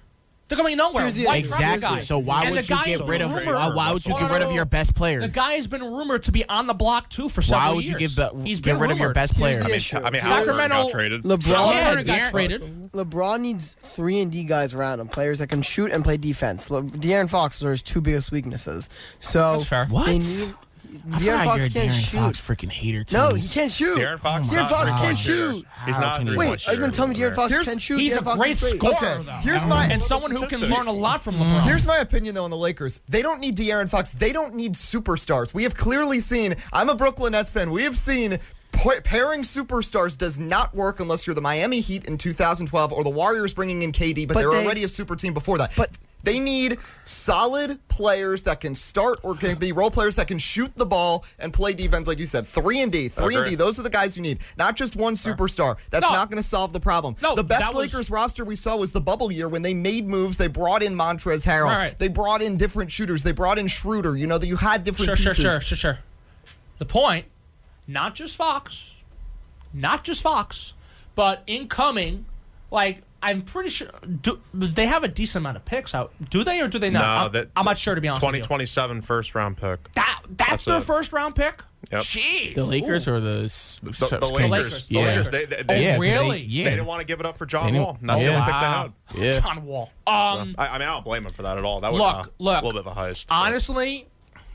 S2: They're going nowhere.
S7: Here's the
S2: Why
S7: issue.
S2: drop the guy?
S6: Exactly. So why
S2: And
S6: would
S2: the
S6: you
S2: guy
S6: get
S2: is
S6: rid of?
S2: rumored-
S6: Why, why would you
S2: No,
S6: get
S2: no,
S6: rid
S2: no.
S6: of your best
S2: The
S6: player?
S2: guy has been rumored to be on the block too for several
S6: Why would you
S2: years.
S6: give the-
S2: He's
S6: get
S2: been
S6: rid of your
S2: rumored.
S6: best player? I
S7: Here's the
S6: mean,
S7: issue.
S4: I mean,
S2: Sacramento-
S4: Halliburton got traded.
S7: LeBron-
S2: Yeah,
S6: Yeah,
S2: got
S6: Darren-
S2: traded.
S7: LeBron needs three and D guys around him, players that can shoot and play defense. Le- De'Aaron Fox are his two biggest weaknesses. So
S2: That's fair.
S6: What?
S7: They need,
S6: I
S7: De'Aaron
S6: forgot
S7: Fox
S6: you're a
S7: can't
S6: Darren
S7: shoot.
S6: Fox freaking hater. Too.
S7: no, he can't shoot.
S4: Darren Fox,
S7: De'Aaron
S4: not a
S7: Fox
S4: three-point
S7: can't
S4: shooter.
S7: shoot.
S4: He's
S6: How
S4: not a
S6: can he-
S4: three-point
S7: Wait, are
S4: shooter.
S7: you going to tell me De'Aaron Fox can't shoot?
S2: He's
S7: De'Aaron
S2: a
S7: Fox
S2: great
S7: is great.
S2: scorer,
S5: Okay,
S2: though.
S5: here's my-
S2: and someone who can learn a lot from LeBron.
S5: Here's my opinion though on the Lakers. They don't need De'Aaron Fox. They don't need superstars. We have clearly seen. I'm a Brooklyn Nets fan. We have seen. pa- Pairing superstars does not work unless you're the Miami Heat in 2012 or the Warriors bringing in KD, but,
S7: But
S5: they were
S7: they-
S5: already a super team before that.
S7: but-
S5: they need solid players that can start or can be role players that can shoot the ball and play defense, like you said. Three and D, three and
S4: Agree.
S5: D. Those are the guys you need, not just one superstar. That's
S2: No.
S5: not going to solve the problem.
S2: No,
S5: the best
S2: that was-
S5: Lakers roster we saw was the bubble year when they made moves. They brought in Montrez Harrell.
S2: All right.
S5: They brought in different shooters. They brought in Schroeder. You know that you had different
S2: sure, sure,
S5: pieces.
S2: sure, sure, sure. The point, not just Fox, not just Fox, but incoming, like I'm pretty sure do, they have a decent amount of picks out. Do they or do they not? I'm,
S4: that-
S2: I'm not sure to be honest. With you.
S4: 2027 first round pick.
S2: That that's,
S4: That's
S2: their
S4: it.
S2: first round pick.
S4: Yep.
S2: Jeez.
S6: The Lakers or the s-
S4: The, the
S6: Kings?
S4: Lakers. The
S6: Yeah.
S4: Lakers. They, they,
S2: Oh,
S4: they,
S6: Yeah, 'cause they-
S2: really?
S6: yeah.
S4: they didn't want to give it up for John
S6: They didn't-
S4: Wall. That's the
S6: Yeah.
S4: only pick they
S2: Wow.
S4: had.
S6: Yeah.
S2: John Wall. Um,
S4: I, I mean, I don't blame him for that at all. That was
S2: Look,
S4: uh,
S2: look.
S4: a little bit of a heist.
S2: honestly,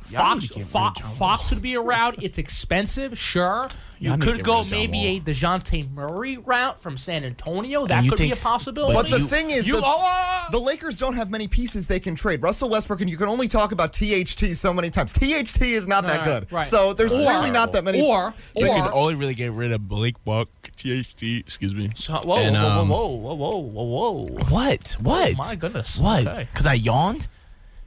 S2: Fox,
S6: Giannis can't
S2: Fo-
S6: really jump.
S2: Fox would be a route. It's expensive, sure. You
S6: Giannis
S2: could
S6: can't
S2: go
S6: really jump
S2: maybe a Dejounte Murray route from San Antonio. That
S6: you
S2: could be
S6: think
S2: a
S6: s-
S2: possibility.
S6: but
S5: But the
S6: you-
S5: thing is,
S2: you
S5: the,
S2: are-
S5: the Lakers don't have many pieces they can trade. Russell Westbrook, and you can only talk about THT so many times. THT is not that
S2: Right,
S5: good.
S2: right.
S5: So there's really not that many.
S2: or
S6: They can
S2: or.
S6: only really get rid of Blake Buck, THT, excuse me.
S2: So- Whoa,
S6: And, um,
S2: whoa, whoa, whoa, whoa, whoa, whoa.
S6: What? What?
S2: Oh my goodness.
S6: What?
S2: Okay.
S6: Because I yawned?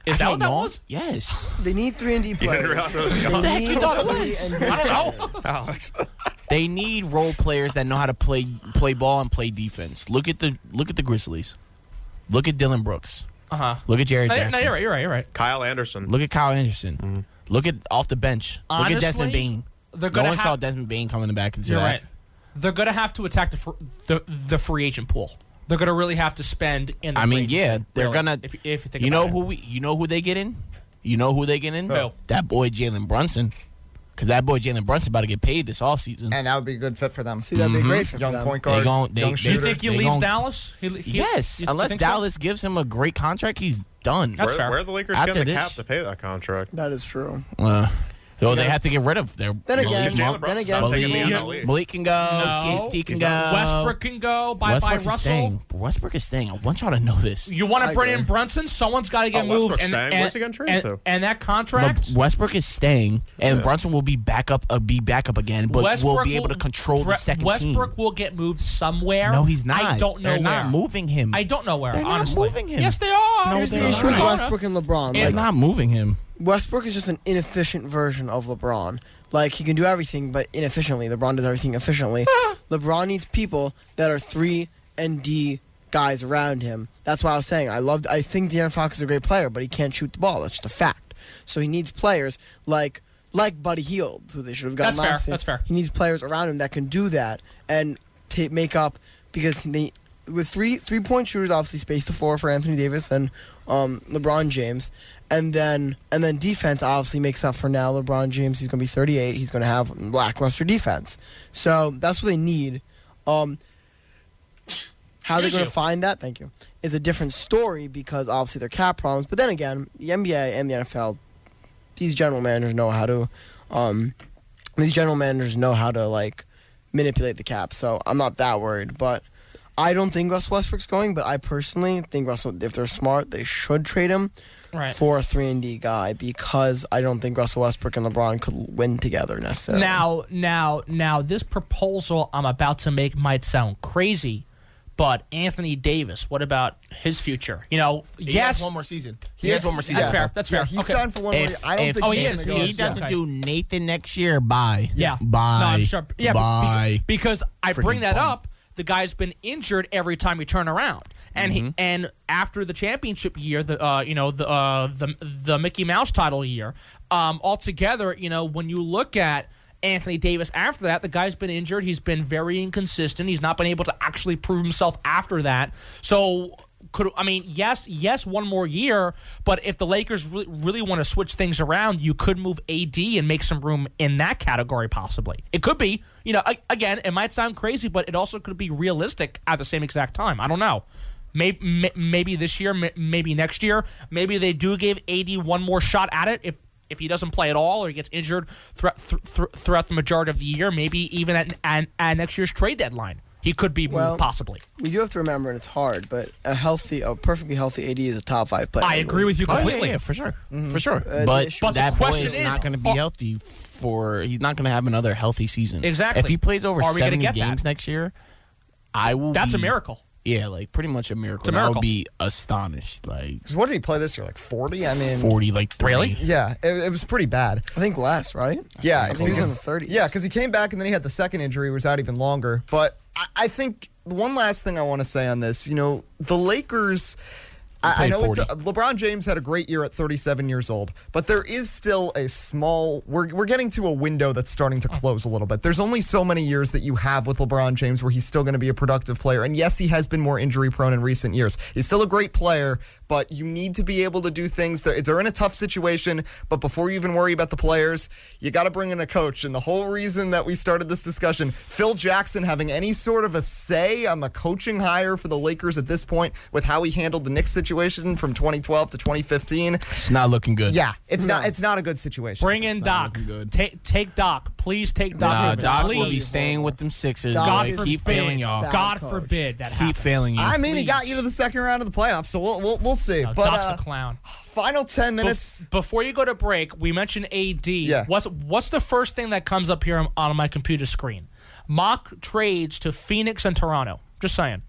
S2: Is that
S6: I can't
S2: what that
S6: yawn?
S2: was?
S6: Yes.
S7: They need three
S4: *laughs*
S7: and D players.
S4: realize
S7: They
S6: the heck you
S7: need
S6: thought it
S7: three
S6: was?
S7: and D
S2: I don't know.
S4: Alex.
S6: *laughs* they need role players that know how to play play ball and play defense. Look at the look at the Grizzlies. Look at Dylan Brooks.
S2: Uh huh.
S6: Look at Jared
S2: No,
S6: Jackson.
S2: no, you're right. You're right. You're right.
S4: Kyle Anderson.
S6: Look at Kyle Anderson. Look at off the bench. Look at Desmond
S2: Honestly,
S6: Bain.
S2: they're
S6: no
S2: gonna
S6: one
S2: have-
S6: saw Desmond Bain coming back into
S2: You're
S6: that.
S2: right. They're gonna have to attack the fr- the the free agent pool. They're gonna really have to spend in. The
S6: I
S2: free
S6: mean, yeah,
S2: agency,
S6: they're
S2: really,
S6: gonna.
S2: If, if you think
S6: know
S2: about it.
S6: who we, you know who they get in. You know who they get in.
S2: Who?
S6: That boy Jalen Brunson, because that boy Jalen Brunson about to get paid this offseason.
S5: And that would be a good fit for them.
S7: See, that'd be a great fit for
S5: young
S7: them.
S5: point
S6: Mm-hmm. They
S5: guard,
S6: gon- they-
S5: young
S6: they-
S2: Do you
S5: shooter.
S2: think he
S6: They
S2: leaves
S6: gon-
S2: Dallas? He, he-
S6: yes,
S2: you
S6: unless
S2: think so?
S6: Dallas gives him a great contract, he's done.
S2: That's
S4: where,
S2: fair.
S4: where are the Lakers
S6: After
S4: getting the
S6: this-
S4: cap to pay that contract?
S7: That is true.
S6: Uh, so they have to get rid of their.
S7: Then again,
S4: Jalen
S7: then
S4: Brunson's
S7: again,
S4: not taking the E.
S6: Malik,
S4: NL league.
S6: Malik can go.
S2: No.
S6: THT can
S4: He's
S6: go.
S4: not-
S2: Westbrook can go. Bye
S6: Westbrook
S2: bye,
S6: is
S2: Russell.
S6: staying. Westbrook is staying. I want y'all to know this.
S2: You want to
S7: I
S2: bring in
S7: agree.
S2: Brunson? Someone's got to get
S4: Oh,
S2: moved.
S4: Westbrook's
S2: And,
S4: staying.
S2: and,
S4: Where's he getting traded
S2: and,
S4: to?
S2: and that
S6: But
S2: contract.
S6: Westbrook is staying, and Brunson will be back up, uh, be back up again, but will be able to control
S2: Bre-
S6: the second
S2: Westbrook
S6: team.
S2: will get moved somewhere.
S6: No, he's not.
S2: I don't know
S6: They're
S2: where.
S6: not moving him.
S2: I don't know where.
S6: They're not
S2: honestly.
S6: moving him.
S2: Yes, they are.
S6: No,
S7: Here's
S6: they're
S7: the issue with
S6: not.
S7: Westbrook and LeBron.
S6: They're
S7: Like,
S6: not moving him.
S7: Westbrook is just an inefficient version of LeBron. Like he can do everything, but inefficiently. LeBron does
S2: *laughs*
S7: everything efficiently. LeBron needs people that are three and D guys around him. That's why I was saying I loved. I think De'Aaron Fox is a great player, but he can't shoot the ball. That's just a fact. So he needs players like like Buddy Heald, who they should have gotten
S2: That's fair,
S7: last year.
S2: that's fair.
S7: He needs players around him that can do that and ta make up because they with three three point shooters obviously space the floor for Anthony Davis and um, LeBron James, and then and then defense obviously makes up for now. LeBron James he's going to be 38. He's going to have lackluster defense, so that's what they need. Um, how they're
S2: Here's
S7: going
S2: you.
S7: to find that? Thank you. Is a different story because obviously their cap problems, but then again, the NBA and the NFL, these general managers know how to. Um, these general managers know how to like manipulate the cap, so I'm not that worried. But I don't think Russell Westbrook's going, but I personally think Russell, if they're smart, they should trade him
S2: Right.
S7: for a three and D guy because I don't think Russell Westbrook and LeBron could win together necessarily.
S2: Now, now, now, this proposal I'm about to make might sound crazy, but Anthony Davis, what about his future? You know, yes,
S6: more season. He
S2: has one more season. That's fair, that's
S5: yeah,
S2: fair.
S5: He
S2: Okay.
S5: signed for one
S6: If-
S5: year. I don't
S6: if-
S5: think
S2: Oh, he
S5: he's
S2: is.
S5: gonna go.
S6: he doesn't
S2: Okay.
S6: do Nathan next year, bye.
S2: yeah,
S6: Bye.
S2: No, I'm sure. Yeah, but be- Oh,
S6: bye.
S2: because I bring
S6: Freaking
S2: that
S6: bum.
S2: up. The guy's been injured every time you turn around, and
S6: Mm-hmm.
S2: he and after the championship year, the uh, you know the uh, the the Mickey Mouse title year, um, altogether, you know when you look at. Anthony Davis. After that, the guy's been injured. He's been very inconsistent. He's not been able to actually prove himself after that. So could I mean yes yes one more year but if the Lakers really, really want to switch things around you could move AD and make some room in that category possibly it could be you know a- again it might sound crazy but it also could be realistic at the same exact time I don't know maybe maybe this year may- maybe next year maybe they do give AD one more shot at it if if he doesn't play at all or he gets injured thro- thr- thr- throughout the majority of the year maybe even at, at, at next year's trade deadline he could be moved
S7: Well,
S2: possibly
S7: we do have to remember, and it's hard, but a healthy, a perfectly healthy AD is a top five player.
S2: I agree with you
S6: Oh, yeah,
S2: completely.
S6: yeah, for sure, for sure.
S7: the
S6: but
S7: issue-
S2: But the
S6: that boy
S2: question
S6: is,
S2: is-
S6: not going to be
S2: are-
S6: healthy for. He's not going to have another healthy season.
S2: Exactly.
S6: If he plays over
S2: Are we gonna
S6: seventy
S2: get that?
S6: games next year, I will.
S2: That's a
S6: be-
S2: miracle.
S6: Yeah, like pretty much a miracle.
S2: a
S6: I
S2: miracle.
S6: would be astonished. Like
S5: Because what did he play this year? Like 40? I mean,
S6: forty, like 30.
S2: Really?
S5: yeah, it, it was pretty bad.
S7: I think less, right?
S5: Yeah,
S7: I think he was in
S5: because-
S7: the 30s.
S5: Yeah, because he came back and then he had the second injury, was out even longer. But I, I think one last thing I want to say on this, you know, the Lakers. I, I
S6: played
S5: know it
S6: 40.
S5: do- LeBron James had a great year at 37 years old, but there is still a small. We're, we're getting to a window that's starting to close a little bit. There's only so many years that you have with LeBron James where he's still going to be a productive player. And yes, he has been more injury prone in recent years. He's still a great player, but you need to be able to do things. That, they're in a tough situation, but before you even worry about the players, you got to bring in a coach. And the whole reason that we started this discussion, Phil Jackson having any sort of a say on the coaching hire for the Lakers at this point with how he handled the Knicks situation situation from 2012 to 2015.
S6: It's not looking good.
S5: Yeah, it's
S7: No.
S5: not it's not a good situation.
S2: Bring in Doc.
S6: looking good.
S2: Take take Doc. Please take Doc.
S6: Nah,
S2: Rivers.
S6: Doc
S2: Please.
S6: will be staying with them Sixers.
S2: God
S6: They
S2: forbid.
S6: keep failing y'all.
S7: Bad
S2: God
S7: coach.
S2: forbid that
S6: keep
S2: happens.
S6: failing you.
S5: I mean, he got
S2: Please.
S5: you to the second round of the playoffs, so we'll we'll, we'll see.
S2: No,
S5: but
S2: Doc's
S5: uh,
S2: a clown.
S5: final 10
S2: Bef-
S5: minutes.
S2: before you go to break, we mentioned AD.
S5: Yeah.
S2: What's what's the first thing that comes up here on, on my computer screen? Mock trades to Phoenix and Toronto. Just saying.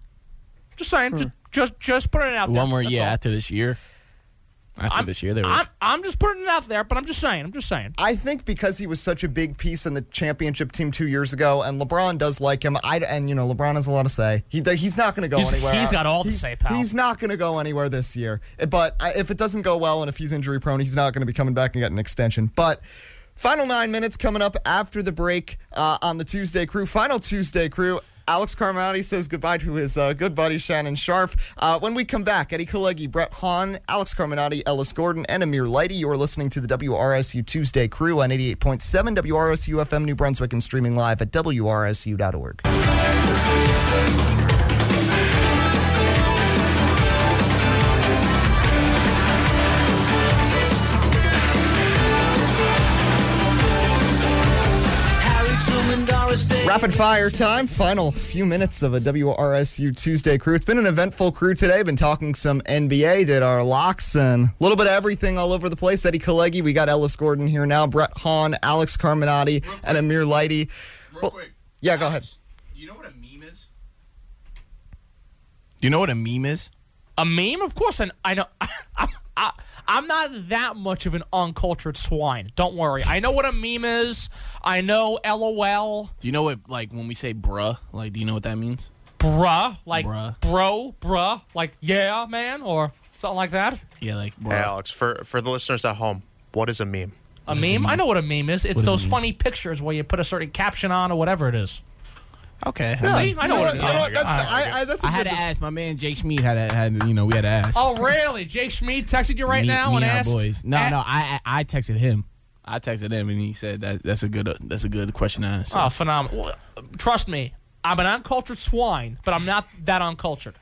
S2: Just saying. Just, just just putting it out there.
S6: One more
S2: That's
S6: year
S2: all.
S6: after this year. After
S2: I'm,
S6: this year, they were.
S2: I'm, I'm just putting it out there, but I'm just saying. I'm just saying.
S5: I think because he was such a big piece in the championship team two years ago, and LeBron does like him. I and you know LeBron has a lot to say. He he's not going to go
S2: He's-
S5: anywhere.
S2: he's got all to
S5: He-
S2: say, pal.
S5: He's not going to go anywhere this year. Uh, But I, if it doesn't go well, and if he's injury prone, he's not going to be coming back and getting an extension. But. Final nine minutes coming up after the break uh, on the Tuesday crew. Final Tuesday crew. Alex Carmody says goodbye to his uh, good buddy Shannon Sharp. Uh, when we come back, Eddie Kalegi, Brett Hahn, Alex Carminotti, Ellis Gordon, and Amir Lighty. You are listening to the WRSU Tuesday crew on 88.7 WRSU FM New Brunswick and streaming live at WRSU.org. Rapid fire time, final few minutes of a WRSU Tuesday crew. It's been an eventful crew today. Been talking some NBA, did our locks and a little bit of everything all over the place. Eddie Kalegi, we got Ellis Gordon here now, Brett Hahn, Alex Carminotti, and Amir Lighty.
S8: Real
S5: Well,
S8: quick.
S5: yeah, go ahead.
S8: You know what a meme is?
S6: Do you know what a meme is?
S2: A meme, of course. And I know. *laughs* I'm, I, I'm not that much of an uncultured swine. Don't worry. I know what a meme is. I know LOL,
S6: Do you know what like when we say bruh? Like, do you know what that means?
S2: bruh, like
S6: Bruh.
S2: bro, bruh, like yeah, man, or something like that.
S6: Yeah, like bruh.
S4: Hey, Alex, for for the listeners at home, what is
S2: *laughs*
S4: a meme?
S2: A meme? I know what a meme is. It's those funny pictures where you put a certain caption on or whatever it is.
S6: Okay.
S2: See, I know what it is.
S5: You know what, that- I- I- that's a
S6: I had
S5: good-
S6: to ask. My man Jake Schmid had, a, had you know we had to ask.
S2: Oh, really? Jake Schmid texted you right
S6: me,
S2: now
S6: me
S2: and
S6: our
S2: asked.
S6: boys. No,
S2: at-
S6: no, I I I texted him. I texted him and he said that that's a good uh, that's a good question to ask.
S2: Oh, phenomenal. Well, Trust me, I'm an uncultured swine, but I'm not that uncultured.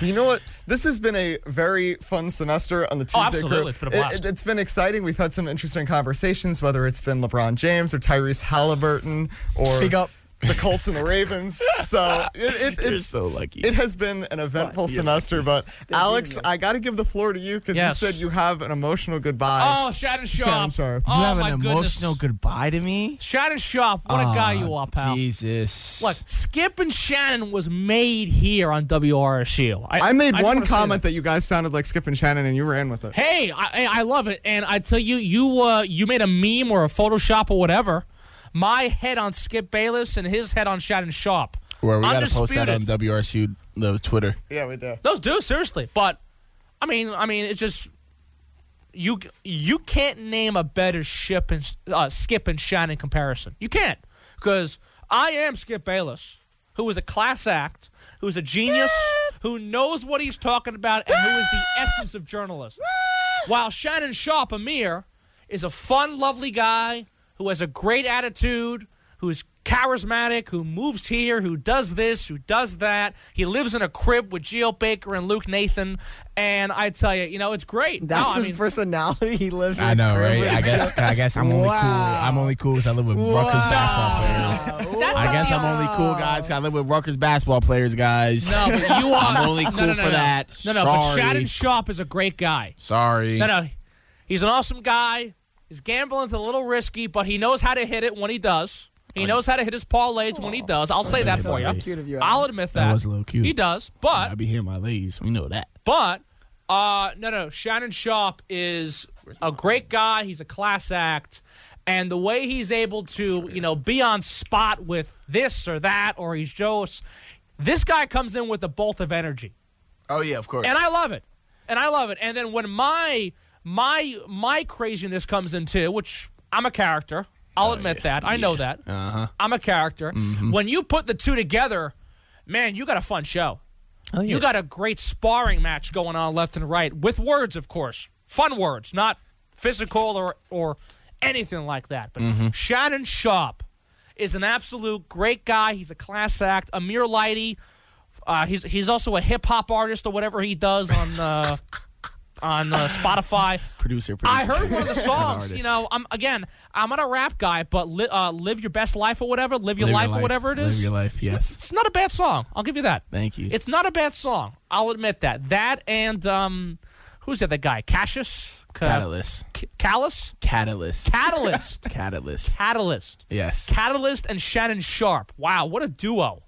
S5: You know what? This has been a very fun semester on the Tuesday
S2: Oh, absolutely.
S5: crew.
S2: It's been a blast.
S5: It, has been exciting. We've had some interesting conversations, whether it's been LeBron James or Tyrese Halliburton or
S7: Big up.
S5: the Colts and the
S6: *laughs*
S5: Ravens. So it, it,
S6: You're
S5: it's
S6: so lucky.
S5: It has been an eventful semester, but Alex, I got to give the floor to you because
S2: Yes.
S5: you said you have an emotional goodbye.
S2: Oh, Shannon Sharp.
S5: Shannon Sharp.
S2: Oh,
S6: you have
S2: my
S6: an
S2: goodness.
S6: emotional Ah, goodbye to me.
S2: Shannon Sharp, what a guy
S6: Aw,
S2: you are, pal.
S6: Jesus.
S2: Look, Skip and Shannon was made here on WRSU.
S5: I made
S2: just
S5: one
S2: wanna say
S5: comment
S2: that.
S5: that. you guys sounded like Skip and Shannon, and you ran with it.
S2: Hey, I, hey, I love it, and I tell you, you uh, you made a meme or a Photoshop or whatever. My head on Skip Bayless and his head on Shannon Sharp.
S6: Where we gotta post
S2: Undisputed.
S6: that on WRSU the Twitter.
S5: Yeah, we did.
S2: Those do seriously, but I mean, I mean, it's just you you can't name a better ship and uh, skip and shine in comparison. You can't because I am Skip Bayless, who is a class act, who's a genius, who knows what he's talking about, and who is the essence of journalism. While Shannon Sharp Amir is a fun, lovely guy who has a great attitude, who is charismatic, who moves here, who does this, who does that. He lives in a crib with Geo Baker and Luke Nathan, and I tell you, you know, it's great.
S7: That's
S2: no, I
S7: his
S2: mean,
S7: personality. *laughs* He lives. in
S6: I
S7: a
S6: know, right?
S7: crib.
S6: I guess I guess I'm only cool.
S7: Wow.
S6: I'm only cool because I live with Rutgers basketball players.
S2: that's
S6: I
S2: not
S6: guess
S2: the-
S6: I'm only cool, guys. 'cause I live with Rutgers basketball players, guys.
S2: No, but you are.
S6: *laughs* I'm only
S2: no, no,
S6: cool
S2: no,
S6: for
S2: no.
S6: that.
S2: No, no, but
S6: Sorry.
S2: Shannon Sharp is a great guy.
S6: Sorry.
S2: No, no, he's an awesome guy. His gambling's a little risky, but he knows how to hit it when he does.
S6: Oh,
S2: He knows how to hit his parlays when he does. I'll say that for you.
S7: Cute of you,
S2: I'll
S7: Alex.
S2: admit that.
S6: That was a little cute.
S2: He does, but
S6: I be here, my ladies. We know that.
S2: But uh, no, no, Shannon Sharp is a great guy. He's a class act, and the way he's able to, you know, be on spot with this or that, or he's just this guy comes in with a bolt of energy,
S6: Oh yeah, of course.
S2: and I love it, and I love it. And then when my my my craziness comes in too, which I'm a character.
S6: Oh,
S2: I'll admit that. I know that. Uh-huh. I'm a character.
S6: Mm-hmm.
S2: When you put the two together, man, you got a fun show. You got a great sparring match going on left and right with words, of course, fun words, not physical or or anything like that. But
S6: Mm-hmm.
S2: Shannon Sharp is an absolute great guy. He's a class act. Amir Lighty, Uh, he's he's also a hip hop artist or whatever he does on
S6: *laughs*
S2: uh, on uh, Spotify.
S6: Producer, producer.
S2: I heard
S6: *laughs*
S2: one of the
S6: producer,
S2: songs.
S6: artist.
S2: you know, I'm again, I'm not a rap guy, but li- uh, live your best life or whatever, live your,
S6: Live
S2: life, or whatever it is.
S6: Live your life, yes.
S2: It's not a bad song. I'll give you that.
S6: Thank you.
S2: It's not a bad song. I'll admit that. That and um, who's that? That guy, Cassius, Ca-
S6: Catalyst.
S2: C- Callus,
S6: Catalyst. *laughs*
S2: Catalyst,
S6: Catalyst.
S2: Catalyst,
S6: Yes.
S2: Catalyst, and Shannon Sharp. Wow, what a duo!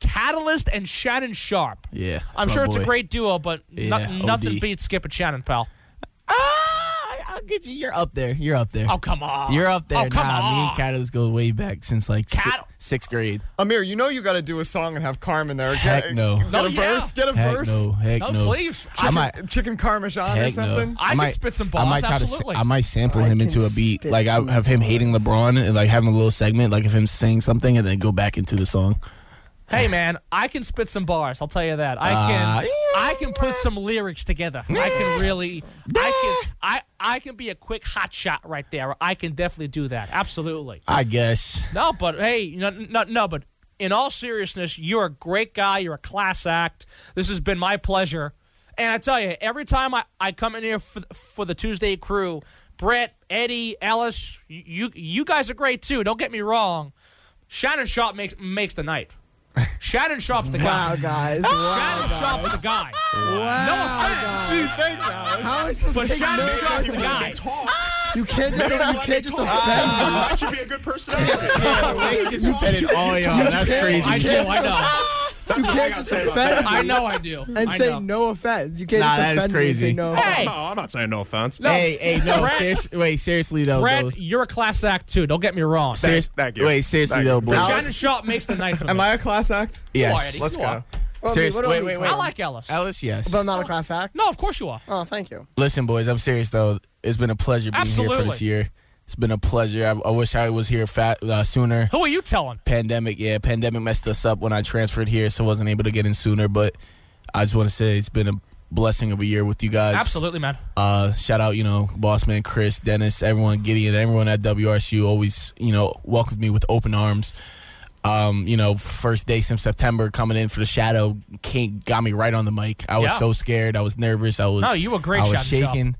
S2: Catalyst and Shannon Sharp.
S6: Yeah, that's
S2: I'm
S6: my
S2: sure it's a
S6: boy.
S2: great duo, but no-
S6: Yeah, OD.
S2: nothing beats Skip and Shannon, pal.
S6: Ah, I'll get you. You're up there. You're up there.
S2: Oh come on,
S6: You're up there.
S2: Oh come
S6: nah,
S2: on,
S6: me and Catalyst go way back since like si-
S2: Cat-
S6: sixth grade.
S5: Amir, you know you got to do a song and have Carmen there. Get-
S6: Heck no.
S5: Get
S2: No,
S5: a
S2: Oh, yeah.
S5: verse. Get a
S6: Heck
S5: verse.
S6: no. Heck
S2: No,
S6: no.
S2: please.
S6: I
S2: Chicken-
S6: might.
S5: Uh, Chicken Parmesan or
S6: Heck
S5: something.
S6: no.
S2: I can spit some
S6: I
S2: bars,
S6: might try
S2: absolutely.
S6: To, I might sample him
S7: I
S6: into
S7: can
S6: a beat,
S7: spit
S6: like I
S7: some
S6: have him hating LeBron, and like having a little segment, like of him saying something, and then go back into the song.
S2: Hey man, I can spit some bars. I'll tell you that. I
S6: Uh,
S2: can.
S6: yeah.
S2: I can put some lyrics together. I can really. I can. I I can be a quick hot shot right there. I can definitely do that. Absolutely.
S6: I guess.
S2: No, but hey, no, no, no, but in all seriousness, you're a great guy. You're a class act. This has been my pleasure. And I tell you, every time I, I come in here for, for the Tuesday crew, Brett, Eddie, Ellis, you you guys are great too. Don't get me wrong. Shannon Sharp makes makes the night. Shannon Sharp's the
S7: Wow,
S2: guy.
S7: guys. Wow,
S2: Shannon
S7: guys.
S2: Sharp's the guy. No offense,
S5: Gee, thanks, Alex.
S7: How am I supposed
S2: but
S7: to take
S2: Shannon
S7: notes
S2: Sharp's the
S7: off of that?
S2: guy.
S7: You can't *laughs* just, you can't just offend me.
S4: that should be a good personality.
S6: You fed it all y'all. That's crazy.
S2: I do. I know. *laughs*
S7: You can't just offend
S2: I
S7: me
S2: know. I do.
S7: and
S2: I
S7: say
S2: know.
S7: no offense. You can't
S6: Nah,
S7: just
S6: that is
S7: offend me and say
S6: crazy.
S7: no offense.
S2: Hey,
S4: No, I'm not saying no offense.
S6: Hey, hey, no,
S2: Brett-
S6: seriously, wait, seriously though, though.
S2: Brett, you're a class act too. Don't get me wrong.
S6: Serious-
S4: thank you.
S6: Wait, seriously
S4: Thank
S6: though,
S4: you.
S6: boys.
S2: Shannon Sharp makes the night for me.
S5: Am I a class act?
S6: Yes.
S2: Let's go.
S7: Well, I mean,
S6: Seriously,
S7: what do
S6: wait,
S7: I
S6: wait,
S7: do?
S6: wait.
S2: I like Ellis.
S6: Ellis, yes.
S7: But I'm not a class act.
S2: No, of course you are.
S7: Oh, thank you.
S6: Listen, boys, I'm serious though. It's been a pleasure being here for this
S2: Absolutely.
S6: year. It's been a pleasure. I, I wish I was here fat, uh, sooner.
S2: Who are you telling?
S6: Pandemic, yeah, pandemic messed us up when I transferred here, so I wasn't able to get in sooner. But I just want to say it's been a blessing of a year with you guys.
S2: Absolutely, man.
S6: Uh, shout out, you know, boss man Chris, Dennis, everyone, Gideon, everyone at WRSU always, you know, welcomed me with open arms. Um, you know, first day since September coming in for the shadow king got me right on the mic. I was
S2: Yeah.
S6: so scared. I was nervous. I was
S2: No, you were great
S6: I was
S2: shouting, Shel.
S6: shaking.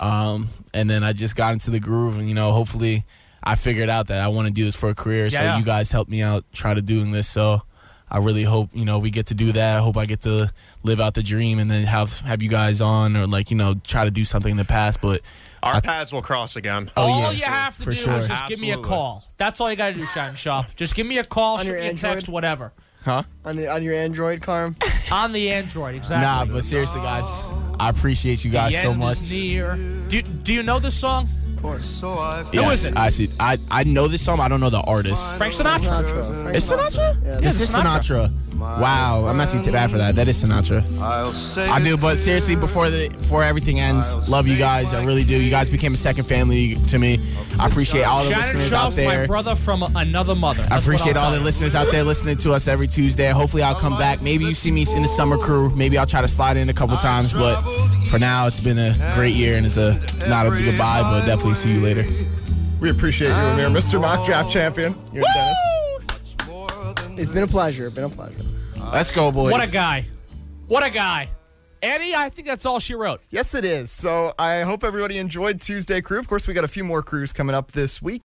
S6: Um, and then I just got into the groove and you know, hopefully I figured out that I want to do this for a career. so
S2: Yeah, yeah.
S6: you guys helped me out try to doing this. So I really hope, you know, we get to do that. I hope I get to live out the dream and then have have you guys on or like, you know, try to do something in the past, but
S4: Our paths will cross again.
S6: Oh,
S2: all
S6: yeah,
S2: you
S6: for-
S2: have to
S6: for
S2: do
S6: sure.
S2: is just give me a
S4: Absolutely.
S2: call. That's all you got to do, Shannon Sharp. Just give me a call,
S7: On
S2: shoot
S7: your
S2: me a text,
S7: Android?
S2: whatever.
S7: On, the, on your Android, Carm.
S2: On the Android, exactly.
S6: Nah, but seriously, guys, I appreciate you guys
S2: the
S6: so
S2: end
S6: much.
S2: Is near. Do, do you know this song?
S6: Yes,
S2: is it?
S6: I see. I I know this song. I don't know the artist.
S2: Frank Sinatra.
S5: *laughs*
S7: Sinatra. Frank
S6: It's Sinatra.
S7: Yeah,
S6: This
S2: it's
S6: is Sinatra. Wow, I'm actually too bad for that. That is Sinatra. I do, but seriously, before the before everything ends, love you guys. I really do. You guys became a second family to me. I appreciate all the
S2: Shannon
S6: listeners out
S2: Sharp's my
S6: there.
S2: brother from another mother.
S6: I
S2: That's what
S6: appreciate
S2: I'll tell
S6: all the
S2: you.
S6: listeners out there listening to us every Tuesday. Hopefully, I'll come back. Maybe you see me in the summer crew. Maybe I'll try to slide in a couple times. But for now, it's been a great year and it's a not a goodbye, but definitely see you later.
S5: We appreciate you, Amir.
S7: Oh.
S5: Mr. Mock Draft Champion. You and Dennis.
S7: It's been a pleasure. Been a pleasure.
S6: Let's go, boys.
S2: What a guy. What a guy. Eddie, I think that's all she wrote.
S5: Yes, it is. So I hope everybody enjoyed Tuesday Crew. Of course, we got a few more crews coming up this week.